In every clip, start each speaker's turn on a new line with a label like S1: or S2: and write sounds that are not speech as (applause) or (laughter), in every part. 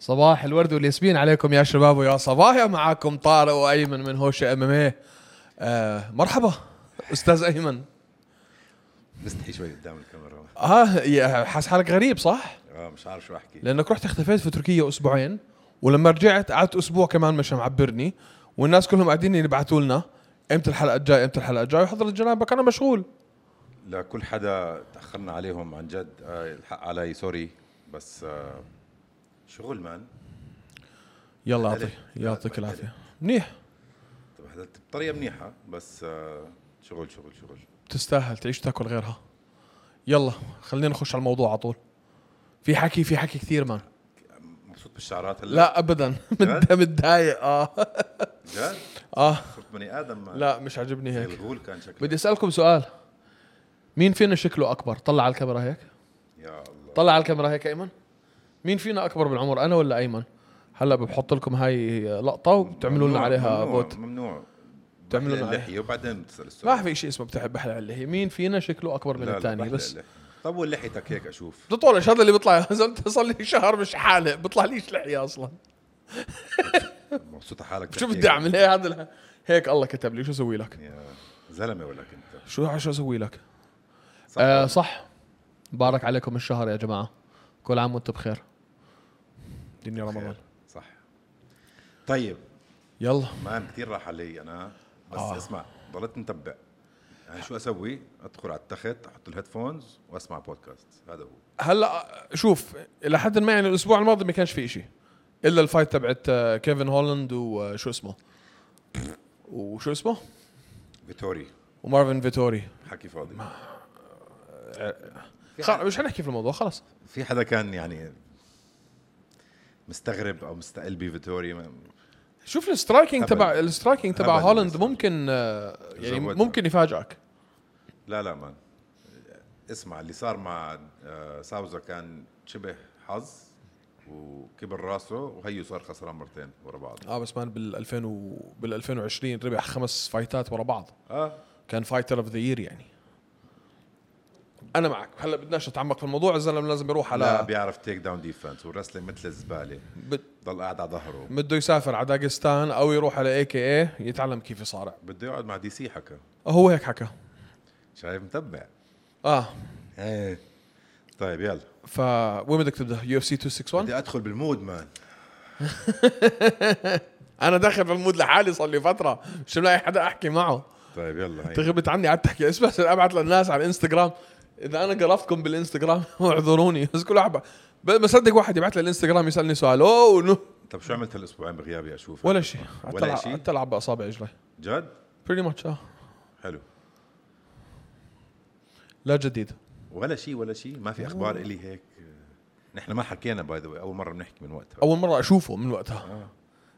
S1: صباح الورد والياسمين عليكم يا شباب ويا صبايا معاكم طارق وايمن من هوشه ام ام إيه. آه مرحبا استاذ ايمن
S2: مستحي شوي قدام الكاميرا
S1: اه يا- حاس حالك غريب صح؟
S2: اه مش عارف شو احكي
S1: لانك رحت اختفيت في تركيا اسبوعين ولما رجعت قعدت اسبوع كمان مش معبرني والناس كلهم قاعدين يبعثوا لنا امتى الحلقه الجايه امتى الحلقه الجايه وحضرة جنابك انا مشغول
S2: لكل حدا تاخرنا عليهم عن جد آه الحق علي سوري بس آه شغل مان
S1: يلا يعطيك يعطيك العافيه منيح
S2: تبهدلت بطريقه منيحه بس آه شغل شغل شغل
S1: تستاهل تعيش تاكل غيرها يلا خلينا نخش على الموضوع على طول في حكي في حكي كثير مان
S2: مبسوط بالشعرات هلا
S1: لا (laughs) ابدا مت- متضايق اه
S2: جد
S1: اه
S2: صرت بني ادم مان.
S1: لا مش عاجبني
S2: زي
S1: هيك
S2: الغول كان شكله
S1: بدي اسالكم سؤال مين فينا شكله اكبر طلع على الكاميرا هيك
S2: يا الله
S1: طلع على الكاميرا هيك ايمن مين فينا اكبر بالعمر انا ولا ايمن هلا بحط لكم هاي لقطه وبتعملوا لنا
S2: ممنوع-
S1: عليها
S2: ممنوع-
S1: فوت
S2: ممنوع
S1: بتعملوا لنا
S2: بحلق
S1: عليها
S2: اللحيه وبعدين بتسال السؤال
S1: ما في شيء اسمه بتحب احلى على اللحيه مين فينا شكله اكبر من
S2: لا، لا،
S1: الثاني
S2: بحلق
S1: بس
S2: اللحية. طول لحيتك هيك اشوف
S1: بتطولش هذا اللي بيطلع (laughs) يا زلمه صار لي شهر مش حالق بيطلع ليش لحيه اصلا
S2: مبسوطه حالك
S1: شو
S2: تحكي
S1: بدي
S2: هيك.
S1: اعمل هي هذا ال- هيك الله كتب لي شو اسوي لك
S2: يا زلمه ولك انت
S1: شو شو اسوي لك
S2: صح
S1: آه صح بارك عليكم الشهر يا جماعه كل عام وانتم بخير دنيا رمضان
S2: صح طيب
S1: يلا
S2: مان كثير راح علي انا بس
S1: آه.
S2: آه. اسمع ضليت متبع يعني شو اسوي؟ ادخل على التخت احط الهيدفونز واسمع بودكاست هذا هو
S1: هلا شوف الى حد ما يعني الاسبوع الماضي ما كانش في شيء الا الفايت تبعت آه، كيفن هولاند وشو اسمه وشو اسمه
S2: فيتوري
S1: ومارفن فيتوري
S2: حكي فاضي
S1: خل- مش حنحكي في الموضوع خلاص
S2: في حدا كان يعني مستغرب او مستقل بفيتوري ما-
S1: شوف السترايكنج
S2: هبل.
S1: تبع السترايكنج تبع
S2: هبل
S1: هولاند
S2: بس.
S1: ممكن آه، يعني
S2: زودها.
S1: ممكن يفاجئك
S2: لا لا مان اسمع اللي صار مع آه، ساوزا كان شبه حظ وكبر راسه وهيو صار خسران مرتين ورا بعض
S1: اه بس مان بال 2000 و... بال 2020 ربح خمس فايتات ورا بعض
S2: اه
S1: كان فايتر اوف ذا يير يعني انا معك هلا بدناش نتعمق في الموضوع الزلمه لازم يروح
S2: لا
S1: على
S2: بيعرف تيك داون ديفنس والرسلينج مثل الزباله
S1: بد...
S2: ضل قاعد على ظهره
S1: بده يسافر على داغستان او يروح على اي كي اي يتعلم كيف يصارع
S2: بده يقعد مع دي سي حكى
S1: هو هيك حكى
S2: شايف متبع
S1: اه
S2: ايه طيب يلا
S1: ف وين بدك تبدا يو اف سي 261
S2: بدي ادخل بالمود مان
S1: انا داخل بالمود لحالي صار لي فتره مش ملاقي حدا احكي معه
S2: طيب يلا هي.
S1: تغبت عني قعدت احكي اسمع عشان ابعت للناس على الانستغرام اذا انا قرفتكم بالانستغرام (laughs) اعذروني بس كل واحد ب- ما صدق واحد يبعت لي الانستغرام يسالني سؤال اوه نو
S2: طب شو عملت هالاسبوعين بغيابي اشوف
S1: ولا شيء قعدت
S2: ولا
S1: العب
S2: شيء
S1: قعدت العب باصابع رجلي
S2: جد
S1: بريتي ماتش اه
S2: حلو
S1: لا جديد
S2: ولا شيء ولا شيء ما في اخبار الي هيك نحن ما حكينا باي ذا اول مره بنحكي من وقتها
S1: اول مره اشوفه من وقتها
S2: آه.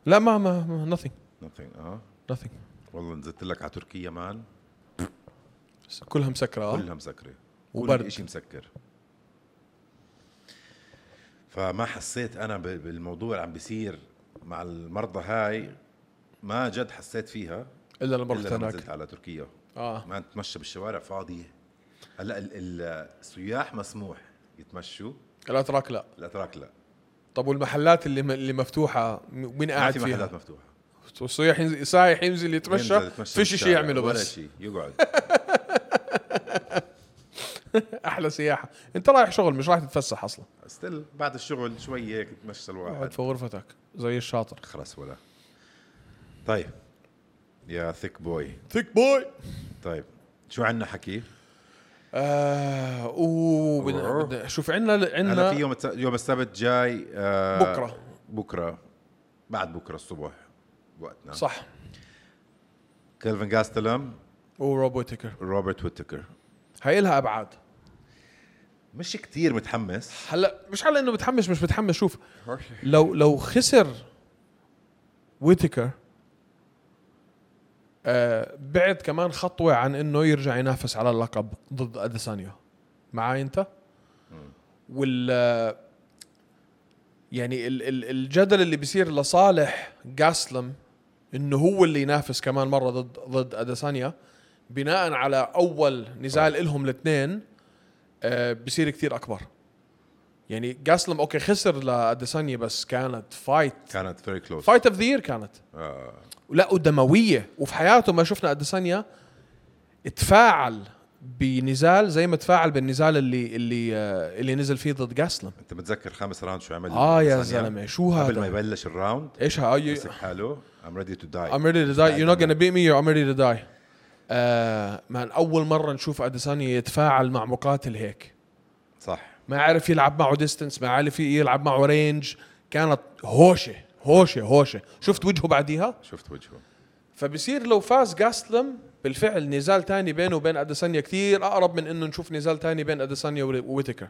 S1: لا ما ما ما nothing
S2: Nothing. اه
S1: nothing
S2: والله نزلت لك على تركيا مان
S1: بس كلها مسكره آه.
S2: كلها مسكره
S1: وبرد.
S2: كل شيء مسكر فما حسيت انا ب- بالموضوع اللي عم بيصير مع المرضى هاي ما جد حسيت فيها
S1: الا لما رحت
S2: الا لما
S1: هناك
S2: نزلت على تركيا
S1: اه
S2: ما نتمشى بالشوارع فاضيه هلا ال- ال- السياح مسموح يتمشوا
S1: الاتراك لا
S2: الاتراك لا
S1: طب والمحلات اللي م- اللي مفتوحه م- مين
S2: ما
S1: قاعد
S2: في
S1: فيها
S2: محلات مفتوحه
S1: والسياح ينزل سايح ينزل يتمشى
S2: ينزل يتمشى
S1: فيش شيء
S2: بالشارع،
S1: يعمله
S2: ولا
S1: بس
S2: شيء يقعد
S1: احلى سياحه انت رايح شغل مش رايح تتفسح اصلا
S2: ستيل بعد الشغل شوي هيك تمشى الواحد
S1: اقعد في غرفتك زي الشاطر
S2: خلص ولا طيب يا ثيك بوي
S1: ثيك بوي
S2: طيب شو عنا حكي؟
S1: آه اوه بدنا- بدنا- شوف عندنا
S2: انا في
S1: عندنا
S2: يوم الت... يوم السبت جاي آه
S1: بكرة.
S2: بكره بعد بكره الصبح وقتنا صح.
S1: صح
S2: كيلفن جاستلم
S1: وروب ويتكر
S2: روبرت ويتكر
S1: هاي لها ابعاد
S2: مش كتير متحمس
S1: هلا مش على انه متحمس مش متحمس شوف لو لو خسر ويتكر آه بعد كمان خطوه عن انه يرجع ينافس على اللقب ضد اديسانيا معاي انت وال آه، يعني ال ال الجدل اللي بيصير لصالح جاسلم انه هو اللي ينافس كمان مره ضد ضد اديسانيا بناء على اول نزال لهم الاثنين آه بصير كثير اكبر يعني جاسلم اوكي خسر لاديسانيا بس كانت فايت
S2: كانت فيري كلوز
S1: فايت اوف ذا يير كانت
S2: آه.
S1: لا ودمويه وفي حياته ما شفنا اديسانيا تفاعل بنزال زي ما تفاعل بالنزال اللي اللي آه، اللي نزل فيه ضد جاسلم
S2: انت متذكر خامس راوند شو عمل
S1: اه يا
S2: ثانية؟
S1: زلمه شو
S2: قبل ما
S1: هذا
S2: يبلش الراوند
S1: ايش هاي
S2: مسك حاله ام ريدي تو
S1: I'm
S2: داي
S1: ready to die. You're not gonna beat me. You're I'm ready to die. آه مان أول مرة نشوف أديسانيا يتفاعل مع مقاتل هيك.
S2: صح
S1: ما عرف يلعب معه ديستنس، ما عرف يلعب معه رينج، كانت هوشة هوشة هوشة، شفت وجهه بعديها؟
S2: شفت وجهه
S1: فبصير لو فاز جاسلم بالفعل نزال تاني بينه وبين أديسانيا كثير أقرب من إنه نشوف نزال تاني بين أديسانيا و- وويتكر،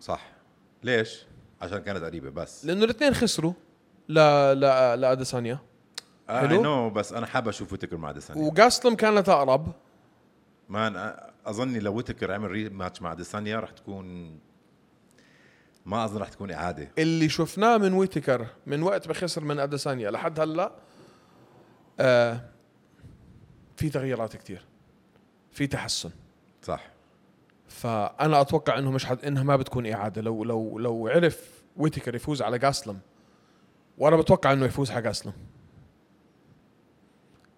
S2: صح ليش؟ عشان كانت قريبه بس
S1: لأنه الاثنين خسروا لا لا لأديسانيا، حلو.
S2: حلو نو بس انا حابب اشوف ويتكر مع ديسانيا
S1: وجاسلم كانت أقرب
S2: مان أ- اظني لو ويتكر عمل ري ماتش مع ديسانيا رح تكون ما اظن رح تكون اعاده
S1: اللي شفناه من ويتكر من وقت ما خسر من اديسانيا لحد هلا آه في تغييرات كتير في تحسن
S2: صح
S1: فانا اتوقع انه مش حد انها ما بتكون اعاده لو لو لو عرف ويتكر يفوز على جاسلم وانا بتوقع انه يفوز على جاسلم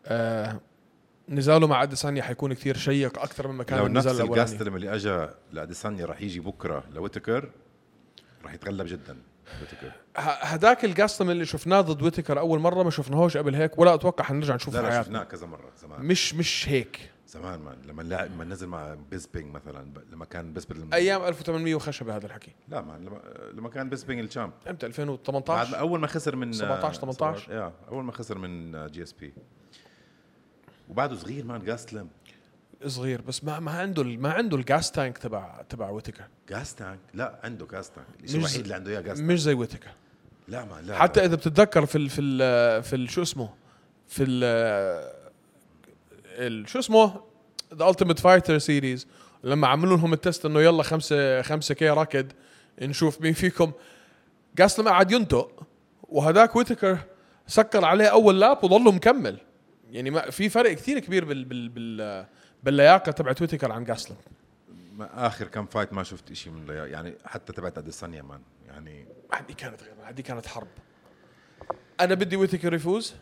S1: آه نزاله مع اديسانيا حيكون كثير شيق اكثر مما كان
S2: لو نفس
S1: النزال الاولاني
S2: الجاستلم اللي اجى لاديسانيا رح يجي بكره لويتكر رح يتغلب جدا ويتكر
S1: ه- هداك الجاسلم اللي شفناه ضد ويتكر اول مره ما شفناهوش قبل هيك ولا اتوقع حنرجع نشوفه
S2: لا لا
S1: بحياتنا
S2: شفناه كذا مره زمان
S1: مش مش هيك
S2: زمان مان لما لعب لما نزل مع بيسبينج مثلا ب- لما كان بيسبينج
S1: ايام 1800 وخشبه هذا الحكي
S2: لا مان لما, لما كان بيسبينج الشامب
S1: امتى
S2: بعد
S1: 2018
S2: اول ما خسر من
S1: 17 18.
S2: يا اول ما خسر من جي اس بي وبعده صغير مان جاستلم
S1: صغير بس ما ما عنده ال- ما عنده الجاس تانك تبع تبع ويتكر
S2: جاز تانك لا عنده جاز تانك الشيء
S1: مش-
S2: الوحيد اللي عنده اياه جاز تانك
S1: مش زي ويتكر
S2: لا مان لا
S1: حتى اذا بتتذكر في ال في ال في ال شو اسمه في ال ال- شو اسمه ذا التيميت فايتر سيريز لما عملوا لهم التست انه يلا خمسة خمسة كي ركض نشوف مين فيكم جاسلم قعد ينطق وهداك ويتكر سكر عليه اول لاب وضله مكمل يعني ما في فرق كثير كبير بال بال بال باللياقه تبعت ويتكر عن جاسلم
S2: ما اخر كم فايت ما شفت شيء من اللي- يعني حتى تبعت اديسانيا مان يعني
S1: هذه كانت غير هذه كانت حرب انا بدي ويتكر يفوز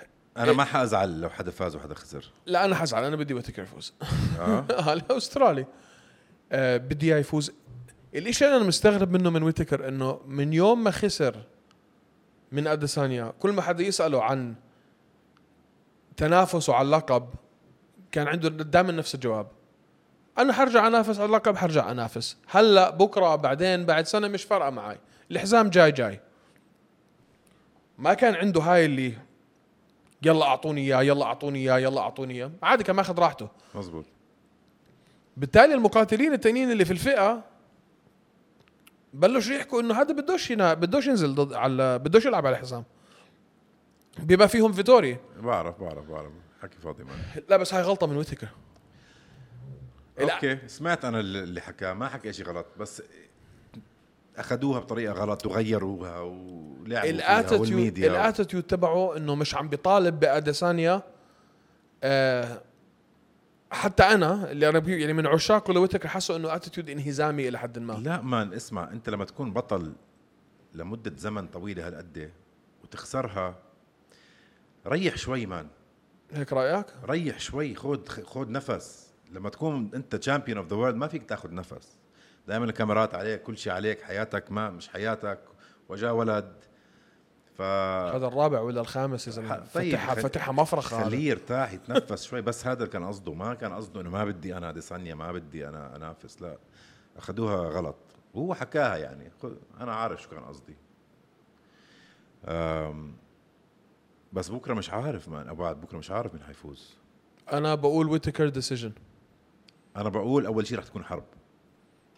S1: إيه.
S2: انا ما حازعل لو حدا فاز وحدا خسر
S1: لا انا حزعل انا بدي ويتكر يفوز
S2: (laughs) اه
S1: (laughs) هلا استرالي آه بدي اياه يفوز الاشي اللي انا مستغرب منه من ويتكر انه من يوم ما خسر من اديسانيا كل ما حدا يساله عن تنافسه على اللقب كان عنده دائما نفس الجواب انا حرجع انافس على اللقب حرجع انافس هلا بكره بعدين بعد سنه مش فارقه معي الحزام جاي جاي ما كان عنده هاي اللي يلا اعطوني اياه يلا اعطوني اياه يلا اعطوني اياه عادي كان ماخذ راحته
S2: مزبوط
S1: بالتالي المقاتلين التانيين اللي في الفئه بلشوا يحكوا انه هذا بدوش ينا بدوش ينزل ضد على بدوش يلعب على الحزام بما فيهم فيتوري
S2: بعرف بعرف بعرف حكي فاضي مان
S1: لا بس هاي غلطه من ويتكر إيه، لا.
S2: اوكي سمعت انا اللي حكاه ما حكى شيء غلط بس اخذوها بطريقه غلط وغيروها ولعبوا يعني فيها
S1: الاتيتيود
S2: والميديا
S1: الاتيتيود تبعه انه مش عم بيطالب باديسانيا آه حتى انا اللي انا بي- يعني من عشاقه لويتكر حسوا انه اتيتيود انهزامي الى حد ما
S2: لا مان اسمع انت لما تكون بطل لمده زمن طويله هالقد وتخسرها ريح شوي مان
S1: هيك رايك؟
S2: ريح شوي خد خد نفس لما تكون انت تشامبيون اوف ذا وورلد ما فيك تاخذ نفس دائما الكاميرات عليك كل شيء عليك حياتك ما مش حياتك وجا ولد ف
S1: هذا الرابع ولا الخامس يا زلمه
S2: آه. ح- طيب،
S1: فتحها
S2: خل-
S1: فتحها مفرخ هذا.
S2: خليه يرتاح يتنفس شوي بس هذا كان قصده ما كان قصده انه ما بدي انا ديسانيا ما بدي انا انافس لا اخذوها غلط وهو حكاها يعني خ- انا عارف شو كان قصدي أم، بس بكره مش عارف مان أو بعد بكره مش عارف مين حيفوز
S1: انا بقول ويتكر ديسيجن
S2: انا بقول اول شيء رح تكون حرب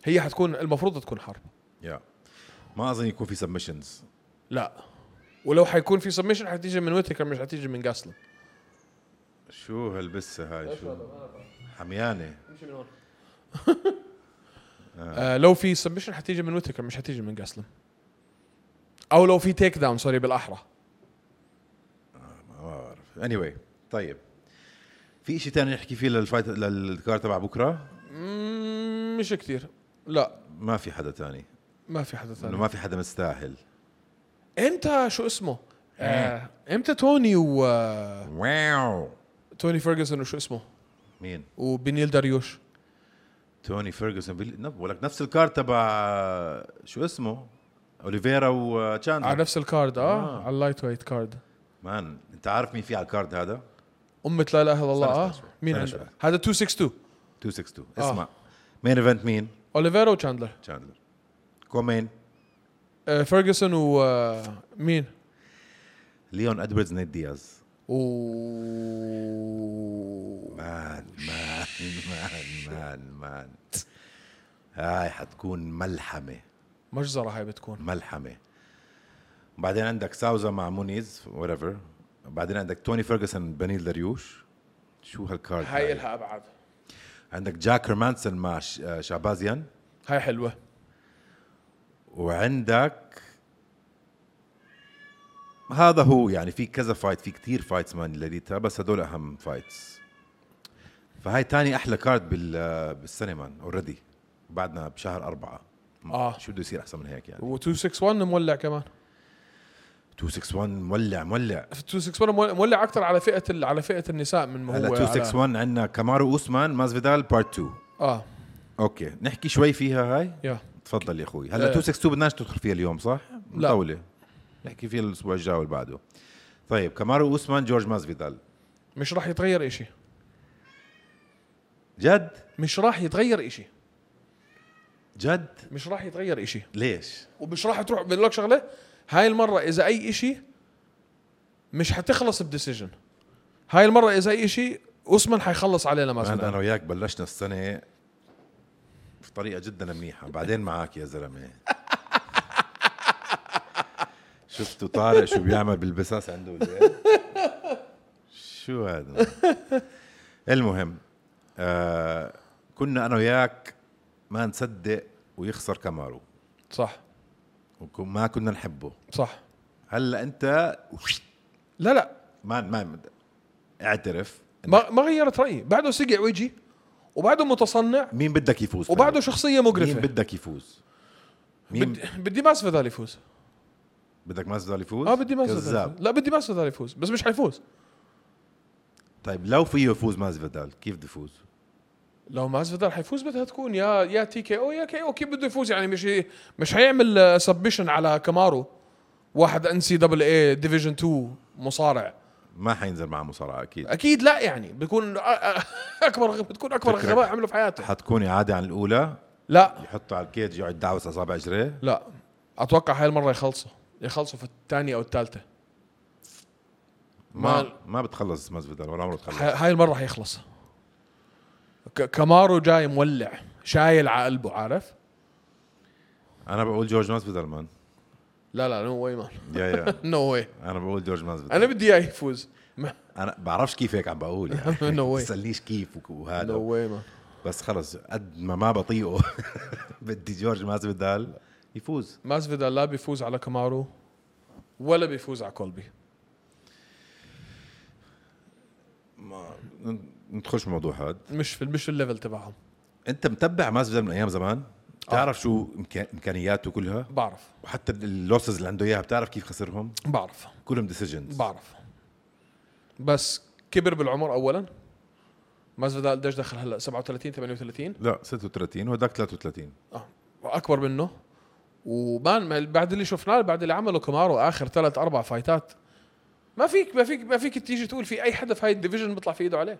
S1: هي حتكون المفروض تكون حرب
S2: يا ما اظن يكون في سبمشنز
S1: لا ولو حيكون في سبمشن حتيجي من ويتكر مش حتيجي من جاسلم
S2: شو هالبسه هاي شو حميانه
S1: آه لو في سبمشن حتيجي من ويتكر مش حتيجي من جاسلم او لو في تيك داون سوري بالاحرى
S2: ما بعرف اني anyway, طيب في شيء ثاني نحكي فيه للفايت للكار تبع بكره
S1: مم، مش كثير لا
S2: ما في حدا تاني
S1: ما في حدا ثاني
S2: انه ما في حدا مستاهل
S1: امتى شو اسمه؟ آه، امتى توني و آه،
S2: واو
S1: توني فيرجسون وشو اسمه؟
S2: مين
S1: وبنيل داريوش
S2: توني فيرجسون بال... نف- ولك نفس الكار تبع شو اسمه اوليفيرا
S1: على
S2: وتشاندلر
S1: نفس الكارد اه, آه. على اللايت ويت كارد
S2: مان انت عارف مين في على الكارد هذا
S1: أمة لا إله إلا الله
S2: استنى
S1: آه
S2: شوي.
S1: مين
S2: استنى
S1: عنده؟ هذا 262
S2: 262
S1: آه.
S2: اسمع مين ايفنت مين
S1: أوليفيرا وتشاندلر
S2: تشاندلر كومين
S1: آه فيرجسون ومين؟
S2: ليون ادوردز نيت دياز
S1: و
S2: مان مان مان مان مان هاي حتكون ملحمه
S1: مجزرة هاي بتكون
S2: ملحمه بعدين عندك ساوزا مع مونيز whatever بعدين عندك توني فيرجسون بنيل دريوش شو هالكارد
S1: هاي إلها أبعاد
S2: عندك جاك هيرمانسون مع ش- آه، شعبازيان
S1: هاي حلوة
S2: وعندك هذا هو يعني في كذا فايت في كتير فايتس مان لديتها بس هدول اهم فايتس فهاي تاني احلى كارد بال آه، بالسنه مان اوريدي بعدنا بشهر أربعة
S1: آه.
S2: شو بده يصير احسن من هيك يعني
S1: و261 مولع كمان
S2: 261 مولع مولع
S1: 261 مولع- مولع أكثر على فئة ال... على فئة النساء من ما هو
S2: هلا
S1: على-
S2: 261 عندنا كامارو اوسمان مازفيدال بارت 2
S1: آه
S2: اوكي نحكي شوي فيها هاي
S1: يا
S2: تفضل يا اخوي
S1: آه.
S2: هلا 262 بدناش ندخل فيها اليوم صح؟
S1: لا.
S2: مطوله نحكي فيها الاسبوع الجاي واللي بعده طيب كامارو اوسمان جورج مازفيدال
S1: مش راح يتغير إشي
S2: جد
S1: مش راح يتغير إشي
S2: جد
S1: مش راح يتغير إشي
S2: ليش؟
S1: ومش راح تروح بقول لك شغله هاي المره اذا اي إشي مش حتخلص بديسيجن هاي المره اذا اي إشي اوسمان حيخلص علينا
S2: انا
S1: ماسودان
S2: انا وياك بلشنا السنه بطريقه جدا منيحه بعدين معك يا زلمه (laughs) شفتوا طارق شو بيعمل بالبساس عنده بالبيت؟ شو هذا المهم آه كنا انا وياك ما نصدق ويخسر كمارو
S1: صح
S2: وما كنا نحبه
S1: صح
S2: هلا انت
S1: لا لا
S2: ما ما اعترف
S1: ما, ما غيرت رايي بعده سقع وجهي وبعده متصنع
S2: مين بدك يفوز طيب؟
S1: وبعده شخصيه
S2: مين
S1: مقرفه
S2: بدك يفوز؟ مين
S1: بدي, بدي ماسفيدال يفوز
S2: بدك مازفيدال يفوز؟
S1: اه بدي ماسفيدال
S2: كذاب
S1: لا بدي ماسفيدال يفوز بس مش حيفوز
S2: طيب لو فيه يفوز مازفيدال كيف بده يفوز؟
S1: لو ماسفيدال حيفوز بدها تكون يا يا تي كي او يا كي او كيف بده يفوز يعني مش مش حيعمل سبشن على كامارو واحد ان سي دبل اي ديفيجن 2 مصارع
S2: ما حينزل معه مصارعه اكيد
S1: اكيد لا يعني بيكون أ- (laughs) أ- اكبر بتكون اكبر
S2: فكرة.
S1: غباء عمله في حياته
S2: حتكون اعاده عن الاولى
S1: لا
S2: يحطه على الكيج يقعد يدعوس اصابع اجريه
S1: لا اتوقع هاي المره يخلصوا يخلصوا في الثانيه او الثالثه
S2: ما
S1: ما-
S2: ما بتخلص مازفيدال ولا عمره بتخلص
S1: هاي المره حيخلص ك- كامارو جاي مولع شايل على قلبه عارف
S2: انا بقول جورج مازفيدال مان
S1: لا لا نو واي مان
S2: يا يا
S1: نو واي
S2: انا بقول جورج مازفيدال
S1: انا بدي اياه يفوز
S2: انا بعرفش كيف هيك عم بقول يعني
S1: (laughs) No way.
S2: تسالنيش كيف وك-
S1: نو
S2: وهذا
S1: واي مان
S2: بس خلص قد ما ما بطيقه (laughs) بدي جورج مازفيدال يفوز
S1: ماسفيدال لا بيفوز على كامارو ولا بيفوز على كولبي
S2: ندخلش بالموضوع هذا
S1: مش في مش في الليفل تبعهم
S2: انت متبع مازفيدال من ايام زمان
S1: آه.
S2: بتعرف شو إمكا- امكانياته كلها
S1: بعرف
S2: وحتى اللوسز اللي عنده اياها بتعرف كيف خسرهم
S1: بعرف
S2: كلهم ديسيجنز
S1: بعرف بس كبر بالعمر اولا ماسفيدال قديش دخل هلا 37 38
S2: لا 36 وهداك 33
S1: اه اكبر منه ومان ما- بعد اللي شفناه بعد اللي عمله كومارو اخر ثلاث اربع فايتات ما فيك ما فيك ما فيك تيجي تقول في اي حدا في هاي الديفيجن بيطلع في ايده عليه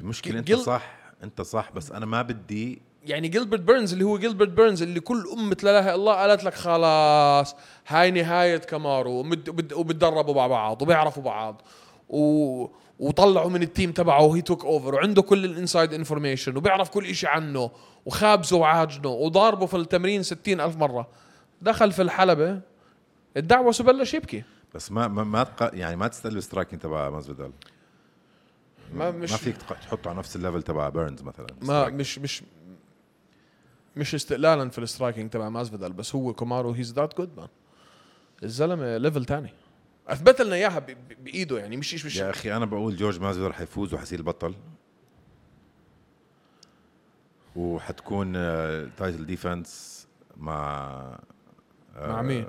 S2: المشكله انت
S1: جل-
S2: صح انت صح بس انا ما بدي
S1: يعني جيلبرت بيرنز اللي هو جيلبرت بيرنز اللي كل أمة لا إله إلا الله قالت لك خلاص هاي نهاية كامارو ومد- وبد- وبتدربوا مع بعض وبيعرفوا بعض و وطلعوا من التيم تبعه وهي توك اوفر وعنده كل الانسايد انفورميشن وبيعرف كل إشي عنه وخابزه وعاجنه وضاربه في التمرين ستين ألف مرة دخل في الحلبة الدعوس وبلش يبكي
S2: بس ما ما, ما تق... يعني ما تستقل السترايكنج تبع مازفيدال
S1: ما
S2: ما
S1: مش
S2: فيك تق... تحطه على نفس الليفل تبع بيرنز مثلا
S1: ما مش مش مش استقلالا في السترايكنج تبع مازفيدال بس هو كومارو هيز ذات جود مان الزلمه ليفل تاني اثبت لنا اياها ب- ب- بايده يعني مش مش
S2: يا اخي انا بقول جورج مازفيدال حيفوز وحيصير البطل وحتكون تايتل ديفنس مع
S1: مع مين؟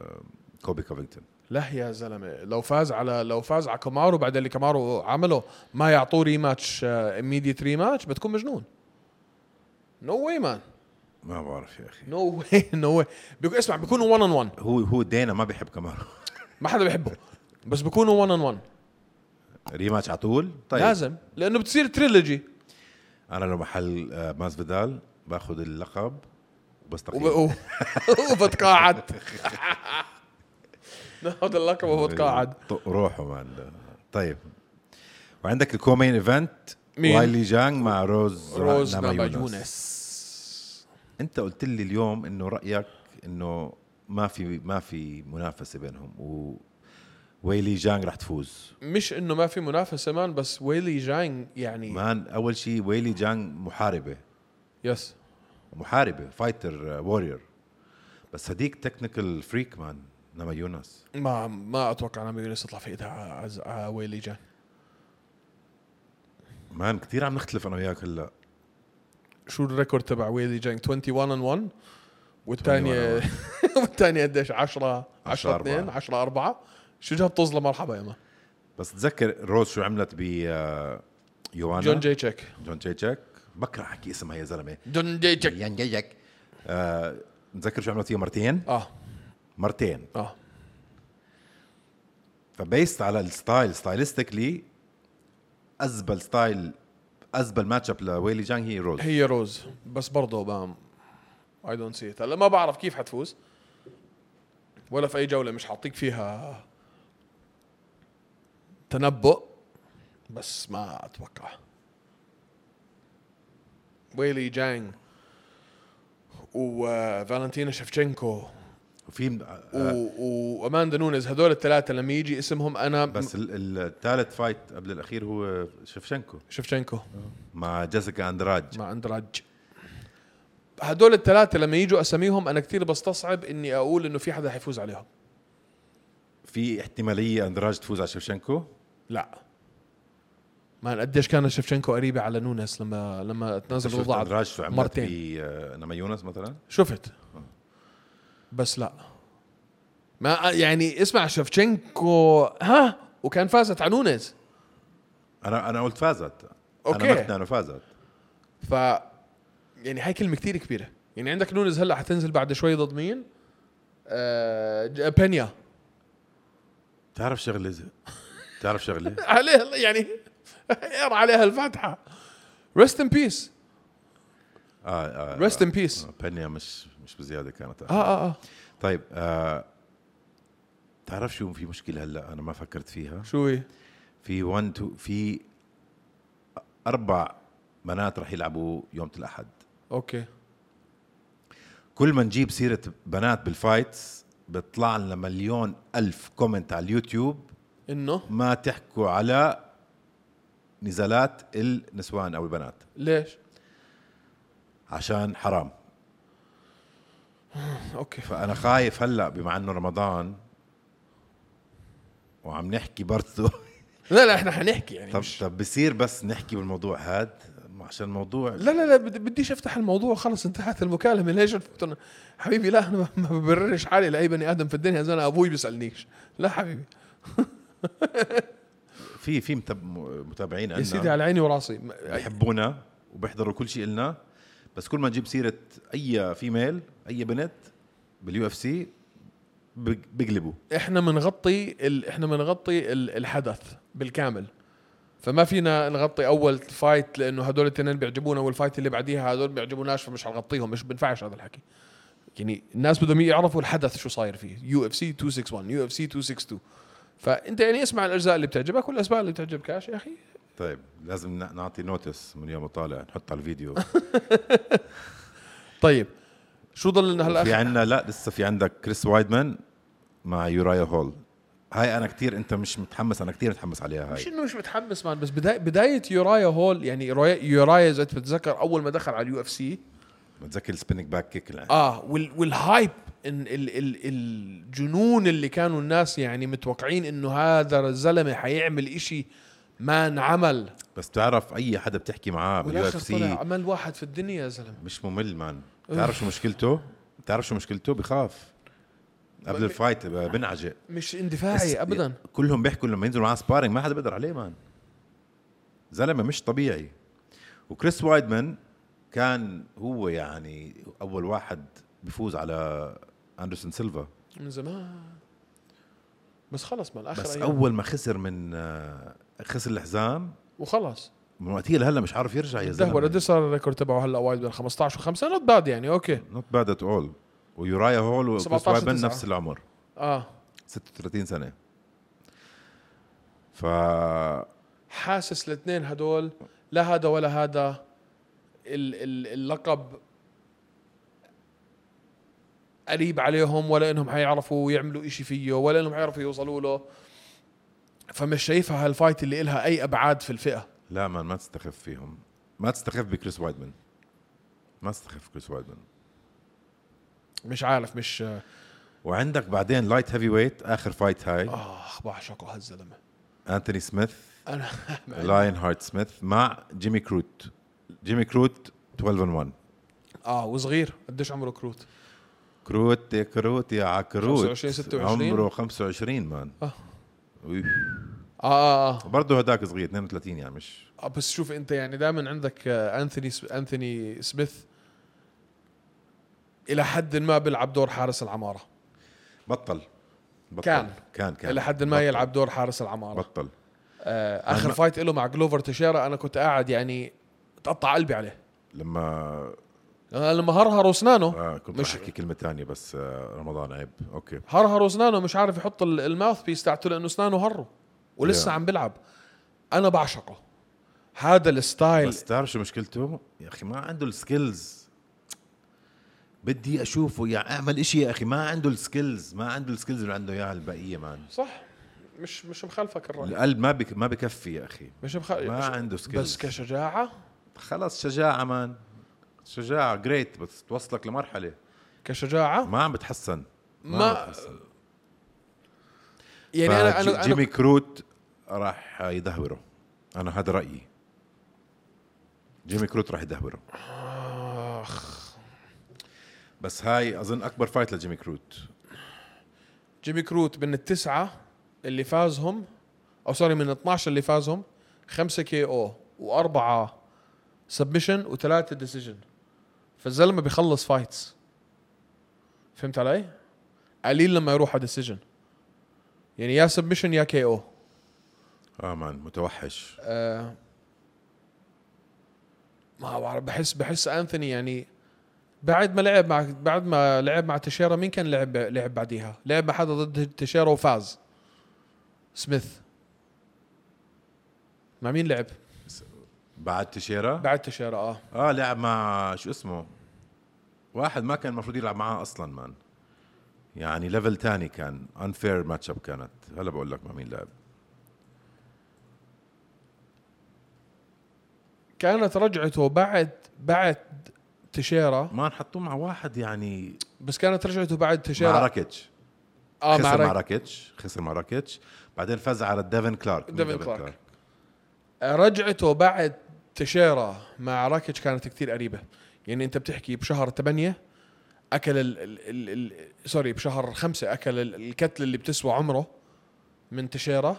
S2: كوبي كوفينغتون
S1: لا يا زلمه لو فاز على لو فاز على كومارو بعد اللي كومارو عمله ما يعطوه ريماتش اميديت ريماتش بتكون مجنون نو واي مان
S2: ما بعرف يا اخي
S1: نو (laughs) واي نو واي اسمع بيكونوا 1 اون 1
S2: هو هو دينا ما بيحب (laughs) كامارو
S1: ما حدا بيحبه بس بيكونوا 1 اون 1
S2: ريماتش على طول طيب
S1: لازم لانه بتصير تريلوجي
S2: انا لو محل آه، ماس فيدال باخذ اللقب وبستقيل
S1: وب... و- وبتقاعد (laughs) ناخذ اللقب (laughs) وبتقاعد
S2: طق روحه مان طيب وعندك الكومين ايفنت
S1: مين؟
S2: وايلي جانج مع روز
S1: روز
S2: ناما
S1: نابا
S2: يونس.
S1: يونس
S2: انت قلت لي اليوم انه رايك انه ما في ما في منافسه بينهم و ويلي جانج رح تفوز
S1: مش انه ما في منافسه مان بس ويلي جانج يعني
S2: مان اول شيء ويلي جانج محاربه
S1: يس
S2: محاربه فايتر وورير بس هديك تكنيكال فريك مان نما يونس
S1: ما ما اتوقع ناما يونس يطلع في ايدها ع- عز- ع- ويلي جانج
S2: مان كثير عم نختلف انا وياك هلا
S1: شو الريكورد تبع ويلي جانج 21 ان 1 والثانيه (laughs) والثانيه قديش 10 10
S2: 10
S1: 2 10 4 شو جاب طز مرحبا يا مان
S2: بس تذكر روز شو عملت ب آه، يوانا
S1: جون جاي تشيك
S2: جون جاي تشيك بكره احكي اسمها يا زلمه
S1: جون جاي تشيك
S2: جون جاي تشيك آه، متذكر شو عملت فيها مرتين
S1: اه
S2: مرتين
S1: اه
S2: فبيست على الستايل ستايلستيكلي ازبل ستايل ازبل ماتش اب لويلي جانج هي روز
S1: هي روز بس برضه بام اي دونت سي هلا ما بعرف كيف حتفوز ولا في اي جوله مش حاعطيك فيها تنبؤ بس ما اتوقع ويلي جانج وفالنتينا شفشنكو
S2: وفي آه،
S1: و- واماندا نونز هذول الثلاثه لما يجي اسمهم انا
S2: بس الثالث فايت قبل الاخير هو شفشنكو
S1: شفشنكو
S2: مع جيسيكا اندراج
S1: مع اندراج هدول الثلاثة لما يجوا اساميهم انا كثير بستصعب اني اقول انه في حدا حيفوز عليهم
S2: في احتماليه اندراج تفوز على شفشنكو
S1: لا ما قديش كان شفشنكو قريبة على نونس لما لما تنازل
S2: شفت
S1: وضع
S2: اندراج شو عملت
S1: مرتين.
S2: بنما يونس مثلا
S1: شفت بس لا ما يعني اسمع شفشنكو ها وكان فازت على نونس
S2: انا انا قلت فازت
S1: أوكي.
S2: انا مقتنع انه فازت
S1: ف يعني هاي كلمة كثير كبيرة يعني عندك نونز هلا حتنزل بعد شوي ضد مين؟ آه ج- بينيا
S2: تعرف شغله تعرف (laughs) شغله
S1: عليه يعني اقرا عليها الفاتحه ريست ان بيس
S2: اه اه
S1: ريست ان بيس
S2: آه، بنيا مش مش بزياده كانت
S1: اه اه اه
S2: طيب آه تعرف شو في مشكله هلا انا ما فكرت فيها
S1: شو هي؟
S2: في 1 2 في اربع بنات رح يلعبوا يوم الاحد
S1: اوكي
S2: كل ما نجيب سيره بنات بالفايتس بيطلع لنا مليون الف كومنت على اليوتيوب
S1: انه
S2: ما تحكوا على نزالات النسوان او البنات
S1: ليش؟
S2: عشان حرام
S1: اوكي
S2: فانا خايف هلا بما انه رمضان وعم نحكي برضه
S1: لا لا احنا حنحكي يعني
S2: (laughs) طب
S1: مش
S2: طب بصير بس نحكي بالموضوع هاد عشان الموضوع
S1: لا لا لا بدي- بديش افتح الموضوع خلص انتهت المكالمه ليش الفوتون حبيبي لا انا ما ببررش حالي لاي بني ادم في الدنيا زي انا ابوي بيسالنيش لا حبيبي
S2: في في متب- م- متابعين
S1: يا سيدي
S2: عندنا
S1: على عيني وراسي م-
S2: بيحبونا وبيحضروا كل شيء لنا بس كل ما نجيب سيره اي فيميل اي بنت باليو اف سي بقلبوا
S1: احنا بنغطي ال... احنا بنغطي ال... الحدث بالكامل فما فينا نغطي اول فايت لانه هدول الاثنين بيعجبونا والفايت اللي بعديها هدول بيعجبوناش فمش حنغطيهم مش بنفعش هذا الحكي يعني الناس بدهم يعرفوا الحدث شو صاير فيه يو اف سي 261 يو اف سي 262 فانت يعني اسمع الاجزاء اللي بتعجبك والاسباب اللي بتعجبكاش يا اخي
S2: طيب لازم ن- نعطي نوتس من يوم وطالع نحط على الفيديو
S1: طيب شو ضل لنا هلا
S2: في
S1: (laughs) آخر-
S2: عندنا لا لسه في عندك كريس وايدمان مع يورايا هول هاي انا كتير انت مش متحمس انا كتير متحمس عليها
S1: مش
S2: هاي
S1: انه مش متحمس مان بس بدايه بدايه يورايا هول يعني يورايا- يورايا اذا بتتذكر اول ما دخل على اليو اف سي
S2: بتذكر السبيننج باك كيك اللي
S1: اه وال والهايب إن ال ال الجنون اللي كانوا الناس يعني متوقعين انه هذا الزلمه حيعمل إشي ما انعمل
S2: بس بتعرف اي حدا بتحكي معاه باليو
S1: والاخر
S2: اف
S1: طلع
S2: سي
S1: عمل واحد في الدنيا يا زلمه
S2: مش ممل مان بتعرف شو مشكلته بتعرف شو مشكلته بخاف قبل
S1: بم-
S2: الفايت ب- بنعجق
S1: مش
S2: بس
S1: اندفاعي ابدا
S2: كلهم بيحكوا لما ينزلوا معاه سبارينج ما حدا بيقدر عليه مان زلمه مش طبيعي وكريس وايدمان كان هو يعني اول واحد بيفوز على اندرسون سيلفا
S1: من زمان بس خلص من اخر
S2: بس
S1: أيام.
S2: اول ما خسر من آه، خسر الحزام
S1: وخلص
S2: من وقتها لهلا مش عارف يرجع يا
S1: الدهور قد
S2: زلمه
S1: إيه صار الريكورد تبعه هلا وايد بين 15 و5 نوت باد يعني اوكي
S2: نوت باد ات اول ويورايا هول وكريس
S1: 17
S2: وايدمان
S1: تسعة.
S2: نفس العمر
S1: اه
S2: 36 سنه ف
S1: حاسس الاثنين هدول لا هذا ولا هذا ال- ال- اللقب قريب عليهم ولا انهم حيعرفوا يعملوا إشي فيه ولا انهم حيعرفوا يوصلوا له فمش شايفها هالفايت اللي إلها اي ابعاد في الفئه
S2: لا مان ما تستخف فيهم ما تستخف بكريس وايدمان ما تستخف كريس وايدمان
S1: مش عارف مش آه،
S2: وعندك بعدين لايت هيفي ويت اخر فايت هاي
S1: اخ بعشقه هالزلمه
S2: انتوني سميث
S1: (laughs) انا أيوة.
S2: لاين هارت سميث مع جيمي كروت جيمي كروت 12 and 1
S1: اه وصغير قديش عمره كروت
S2: كروت يا كروت يا عكروت
S1: 25 26.
S2: عمره 25 مان
S1: آه.
S2: ويف.
S1: آه, آه, آه,
S2: وبرضه هداك صغير 32 يعني مش
S1: اه بس شوف انت يعني دائما عندك آه، انثوني س- انثوني سميث الى حد ما بيلعب دور حارس العماره
S2: بطل بطل
S1: كان.
S2: كان كان
S1: الى حد ما
S2: بطل.
S1: يلعب دور حارس العماره
S2: بطل
S1: آه اخر
S2: أنا-
S1: فايت له مع جلوفر تشيرا انا كنت قاعد يعني تقطع قلبي عليه
S2: لما
S1: آه لما هرهر اسنانه
S2: آه كنت
S1: مش-
S2: مش احكي كلمه ثانيه بس آه رمضان عيب اوكي
S1: هرهر اسنانه مش عارف يحط ال- الماوث بيس تاعته لانه اسنانه هروا ولسه
S2: Yeah.
S1: عم بيلعب انا بعشقه هذا الستايل
S2: بس تعرف شو مشكلته؟ يا اخي ما عنده السكيلز بدي اشوفه يا اعمل اشي يا اخي ما عنده السكيلز ما عنده السكيلز اللي عنده اياها البقيه مان
S1: صح مش مش مخالفك الراي
S2: القلب ما بك ما بكفي يا اخي
S1: مش مخالف
S2: ما عنده skills.
S1: بس كشجاعه
S2: خلص شجاعه مان شجاعه جريت بس توصلك لمرحله
S1: كشجاعه
S2: ما عم بتحسن
S1: ما-
S2: ما, ما عم بتحسن
S1: يعني انا انا
S2: جيمي
S1: انا
S2: كروت راح يدهوره انا هذا رايي جيمي كروت راح يدهوره بس هاي اظن اكبر فايت لجيمي كروت
S1: جيمي كروت من التسعه اللي فازهم او سوري من 12 اللي فازهم خمسه كي او واربعه سبمشن وثلاثه ديسيجن فالزلمه بيخلص فايتس فهمت علي؟ قليل لما يروح على ديسيجن يعني يا سبمشن يا كي او
S2: اه مان متوحش
S1: آه، ما بعرف بحس بحس انثوني يعني بعد ما لعب مع بعد ما لعب مع تشيرا مين كان لعب لعب بعديها؟ لعب مع حدا ضد تشيرا وفاز سميث مع مين لعب؟
S2: بعد تشيرا
S1: بعد تشيرا اه
S2: اه لعب مع شو اسمه واحد ما كان المفروض يلعب معاه اصلا مان يعني ليفل تاني كان انفير ماتش اب كانت هلا بقول لك مع مين لعب
S1: كانت رجعته بعد بعد تشيرا
S2: مان حطوه مع واحد يعني
S1: بس كانت رجعته بعد
S2: مع
S1: تشيرا
S2: راكيتش
S1: اه
S2: خسر مع
S1: مع
S2: راكيتش خسر مع راكيتش بعدين فاز على ديفن كلارك مين
S1: ديفن كلارك. رجعته بعد تشيرا مع راكيتش كانت كتير قريبة يعني انت بتحكي بشهر 8 اكل ال ال ال ال سوري بشهر خمسة اكل ال- الكتلة اللي بتسوى عمره من تشيرا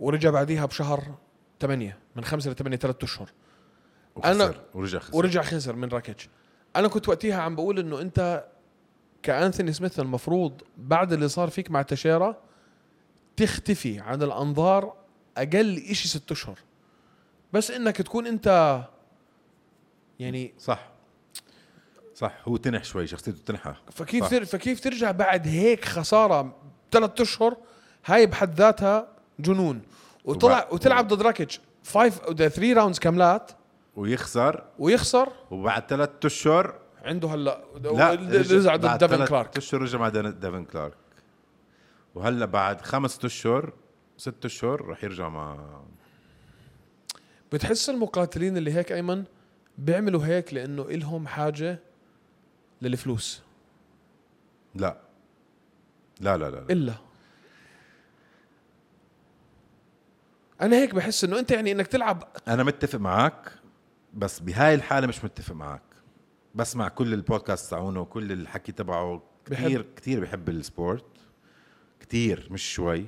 S1: ورجع بعديها بشهر 8 من 5 ل 8 ثلاث اشهر
S2: وخسر
S1: أنا-
S2: ورجع خسر
S1: ورجع خسر من راكيتش انا كنت وقتها عم بقول انه انت كانثوني سميث المفروض بعد اللي صار فيك مع تشيرا تختفي عن الانظار اقل إشي ست اشهر بس انك تكون انت يعني
S2: صح صح هو تنح شوي شخصيته تنحى
S1: فكيف
S2: صح.
S1: تر فكيف ترجع بعد هيك خساره ثلاث اشهر هاي بحد ذاتها جنون وطلع
S2: وبع-
S1: وتلعب ضد راكيتش فايف ثري راوندز كاملات
S2: ويخسر
S1: ويخسر
S2: وبعد ثلاث اشهر
S1: عنده هلا
S2: لا
S1: رجع ضد
S2: بعد
S1: ديفن
S2: ثلاث
S1: كلارك
S2: اشهر رجع مع دن- ديفن كلارك وهلا بعد خمسة اشهر ست اشهر رح يرجع مع
S1: بتحس المقاتلين اللي هيك ايمن بيعملوا هيك لانه الهم حاجه للفلوس
S2: لا لا لا لا, لا.
S1: الا انا هيك بحس انه انت يعني انك تلعب
S2: انا متفق معك بس بهاي الحاله مش متفق معك بسمع كل البودكاست تاعونه وكل الحكي تبعه كثير كثير بحب السبورت كثير مش شوي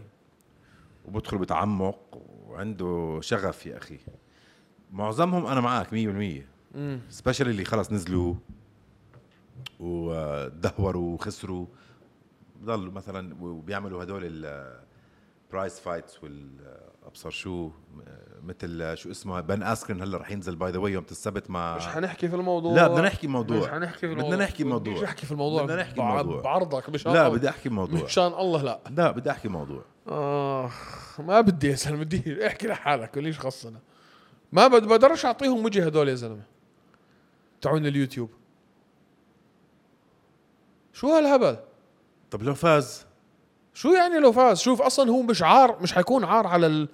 S2: وبدخل بتعمق وعنده شغف يا اخي معظمهم انا معك 100% سبيشالي اللي خلص نزلوا ودهوروا وخسروا بضلوا مثلا وبيعملوا هدول البرايس فايتس والابصر شو مثل شو اسمه بن اسكرين هلا رح ينزل باي ذا واي يوم السبت مع
S1: مش حنحكي في الموضوع
S2: لا بدنا نحكي موضوع
S1: مش حنحكي في الموضوع
S2: بدنا نحكي موضوع
S1: بديش احكي في الموضوع
S2: بدنا نحكي
S1: بع-
S2: موضوع
S1: بعرضك مشان
S2: لا
S1: الله.
S2: بدي احكي موضوع
S1: مشان الله لا
S2: لا بدي احكي موضوع
S1: آه ما بدي يا زلمه بدي احكي لحالك وليش خصنا ما بد- بقدرش اعطيهم وجه هدول يا زلمه تعون اليوتيوب شو هالهبل
S2: طب لو فاز
S1: شو يعني لو فاز شوف اصلا هو مش عار مش حيكون عار على ال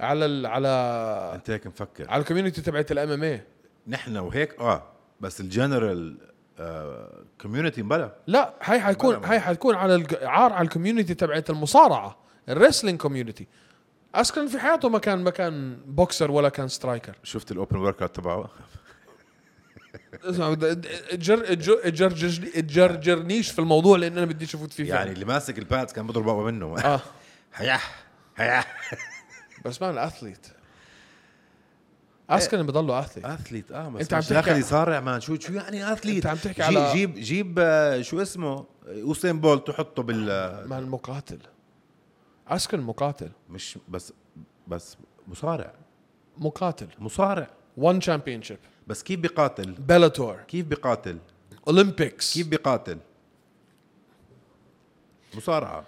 S1: على ال على
S2: انت هيك مفكر
S1: على الكوميونتي تبعت إيه. الام ام اي
S2: نحن وهيك اه بس الجنرال كوميونتي مبلا
S1: لا هاي حتكون
S2: بلا
S1: هاي حتكون على الج- عار على الكوميونتي تبعت المصارعه الريسلينج كوميونتي اسكن في حياته ما كان ما كان بوكسر ولا كان سترايكر
S2: شفت الاوبن ورك اوت تبعه
S1: اسمع بدي- اتجر اتجر- اتجرجج- اتجرجرنيش في الموضوع لان انا بديش افوت فيه
S2: يعني
S1: فعلاً.
S2: اللي ماسك البادز كان بيضرب بابا منه
S1: اه
S2: هيا هيا
S1: بس مان اثليت اسكن بضله اثليت
S2: اثليت اه بس
S1: أنت عم
S2: مش
S1: تحكي-
S2: داخل يصارع مان شو شو يعني
S1: أنت
S2: اثليت
S1: عم تحكي
S2: جي-
S1: على-
S2: جيب جيب آه، شو اسمه اوسين بول تحطه بال
S1: مان مقاتل اسكن مقاتل
S2: مش بس بس مصارع
S1: مقاتل
S2: مصارع
S1: وان تشامبيون شيب
S2: بس كيف بيقاتل
S1: بيلاتور
S2: كيف بيقاتل
S1: اولمبيكس
S2: كيف بيقاتل مصارعه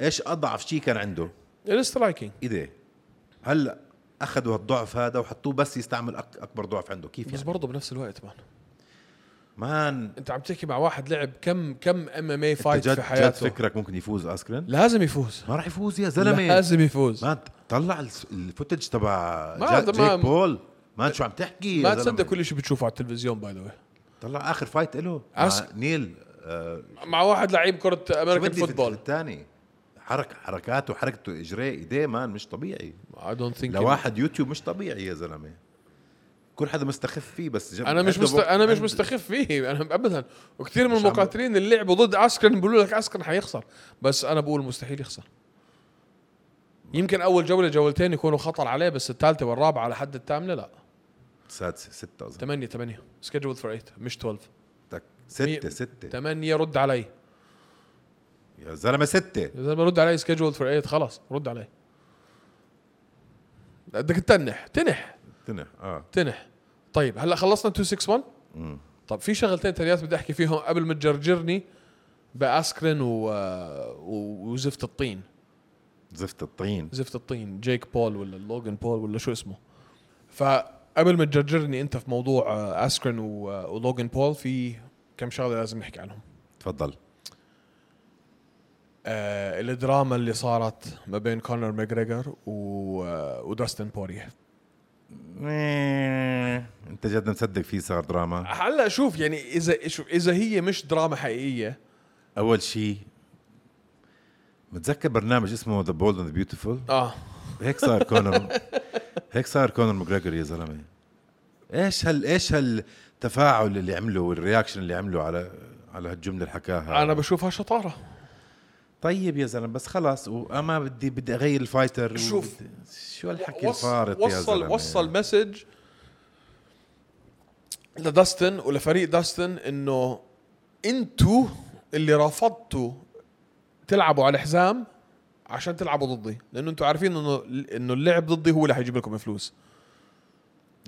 S2: ايش اضعف شيء كان عنده
S1: السترايكينج
S2: ايديه هلا اخذوا هالضعف هذا وحطوه بس يستعمل أك اكبر ضعف عنده كيف
S1: بس
S2: يعني
S1: برضه بنفس الوقت مان
S2: مان
S1: انت عم تحكي مع واحد لعب كم كم ام ام اي
S2: أنت
S1: فايت
S2: جد
S1: في
S2: جد
S1: حياته
S2: فكرك ممكن يفوز اسكرين
S1: لازم يفوز
S2: ما راح يفوز يا زلمه
S1: لازم يفوز
S2: مان طلع الس- الفوتج تبع
S1: ما
S2: جا-
S1: هذا
S2: جيك
S1: ما-
S2: بول مان شو عم تحكي يا
S1: ما
S2: زلمة؟
S1: تصدق كل شيء بتشوفه على التلفزيون باي ذا واي
S2: طلع اخر فايت له
S1: أس-
S2: نيل آه،
S1: مع واحد لعيب كره
S2: شو
S1: امريكان
S2: بدي في- في
S1: فوتبول
S2: الثاني حركة حركاته حركته اجريه ايديه مان مش طبيعي
S1: اي دونت ثينك
S2: لواحد يوتيوب مش طبيعي يا زلمه كل حدا مستخف فيه بس جد-
S1: انا مش
S2: عنده
S1: مست...
S2: بق-
S1: انا مش
S2: عنده-
S1: مستخف فيه انا ابدا وكثير من
S2: مش عم-
S1: المقاتلين اللي لعبوا ضد اسكن بيقولوا لك اسكن حيخسر بس انا بقول مستحيل يخسر يمكن اول جوله جولتين يكونوا خطر عليه بس الثالثه والرابعه لحد الثامنه لا
S2: سادسه سته اظن
S1: 8 8 سكجول فور 8 مش 12
S2: تك.
S1: مية-
S2: سته سته
S1: 8 رد علي
S2: يا زلمه سته
S1: اذا ما رد علي سكجول فور 8 خلاص رد علي بدك تنح تنح
S2: تنح اه
S1: تنح طيب هلا خلصنا 261 طب في شغلتين تانيات بدي احكي فيهم قبل ما تجرجرني باسكرين و... و... وزفت الطين
S2: زفت الطين
S1: زفت الطين جيك بول ولا لوغان بول ولا شو اسمه فقبل ما تجرجرني انت في موضوع آه، اسكرين و... آه، ولوغان بول في كم شغله لازم نحكي عنهم
S2: تفضل
S1: آه الدراما اللي صارت ما بين كونر ماجريجر و... آه، وداستن بوريه
S2: انت جد مصدق فيه صار دراما
S1: هلا شوف يعني اذا شوف اذا هي مش دراما حقيقيه
S2: اول شيء متذكر برنامج اسمه ذا بولد اند بيوتيفول
S1: اه
S2: هيك صار
S1: (laughs)
S2: كونر هيك صار كونر ماجريجر يا زلمه ايش هال ايش هالتفاعل اللي عمله والرياكشن اللي عمله على على هالجمله اللي حكاها
S1: انا بشوفها شطاره
S2: طيب يا زلمه بس خلاص واما بدي بدي اغير الفايتر
S1: شوف.
S2: وبدي- شو هالحكي
S1: وص-
S2: الفارط يا
S1: وصل
S2: زلمه
S1: وصل مسج لداستن ولفريق داستن انه انتوا اللي رفضتوا تلعبوا على حزام عشان تلعبوا ضدي لانه انتوا عارفين انه انه اللعب ضدي هو اللي حيجيب لكم فلوس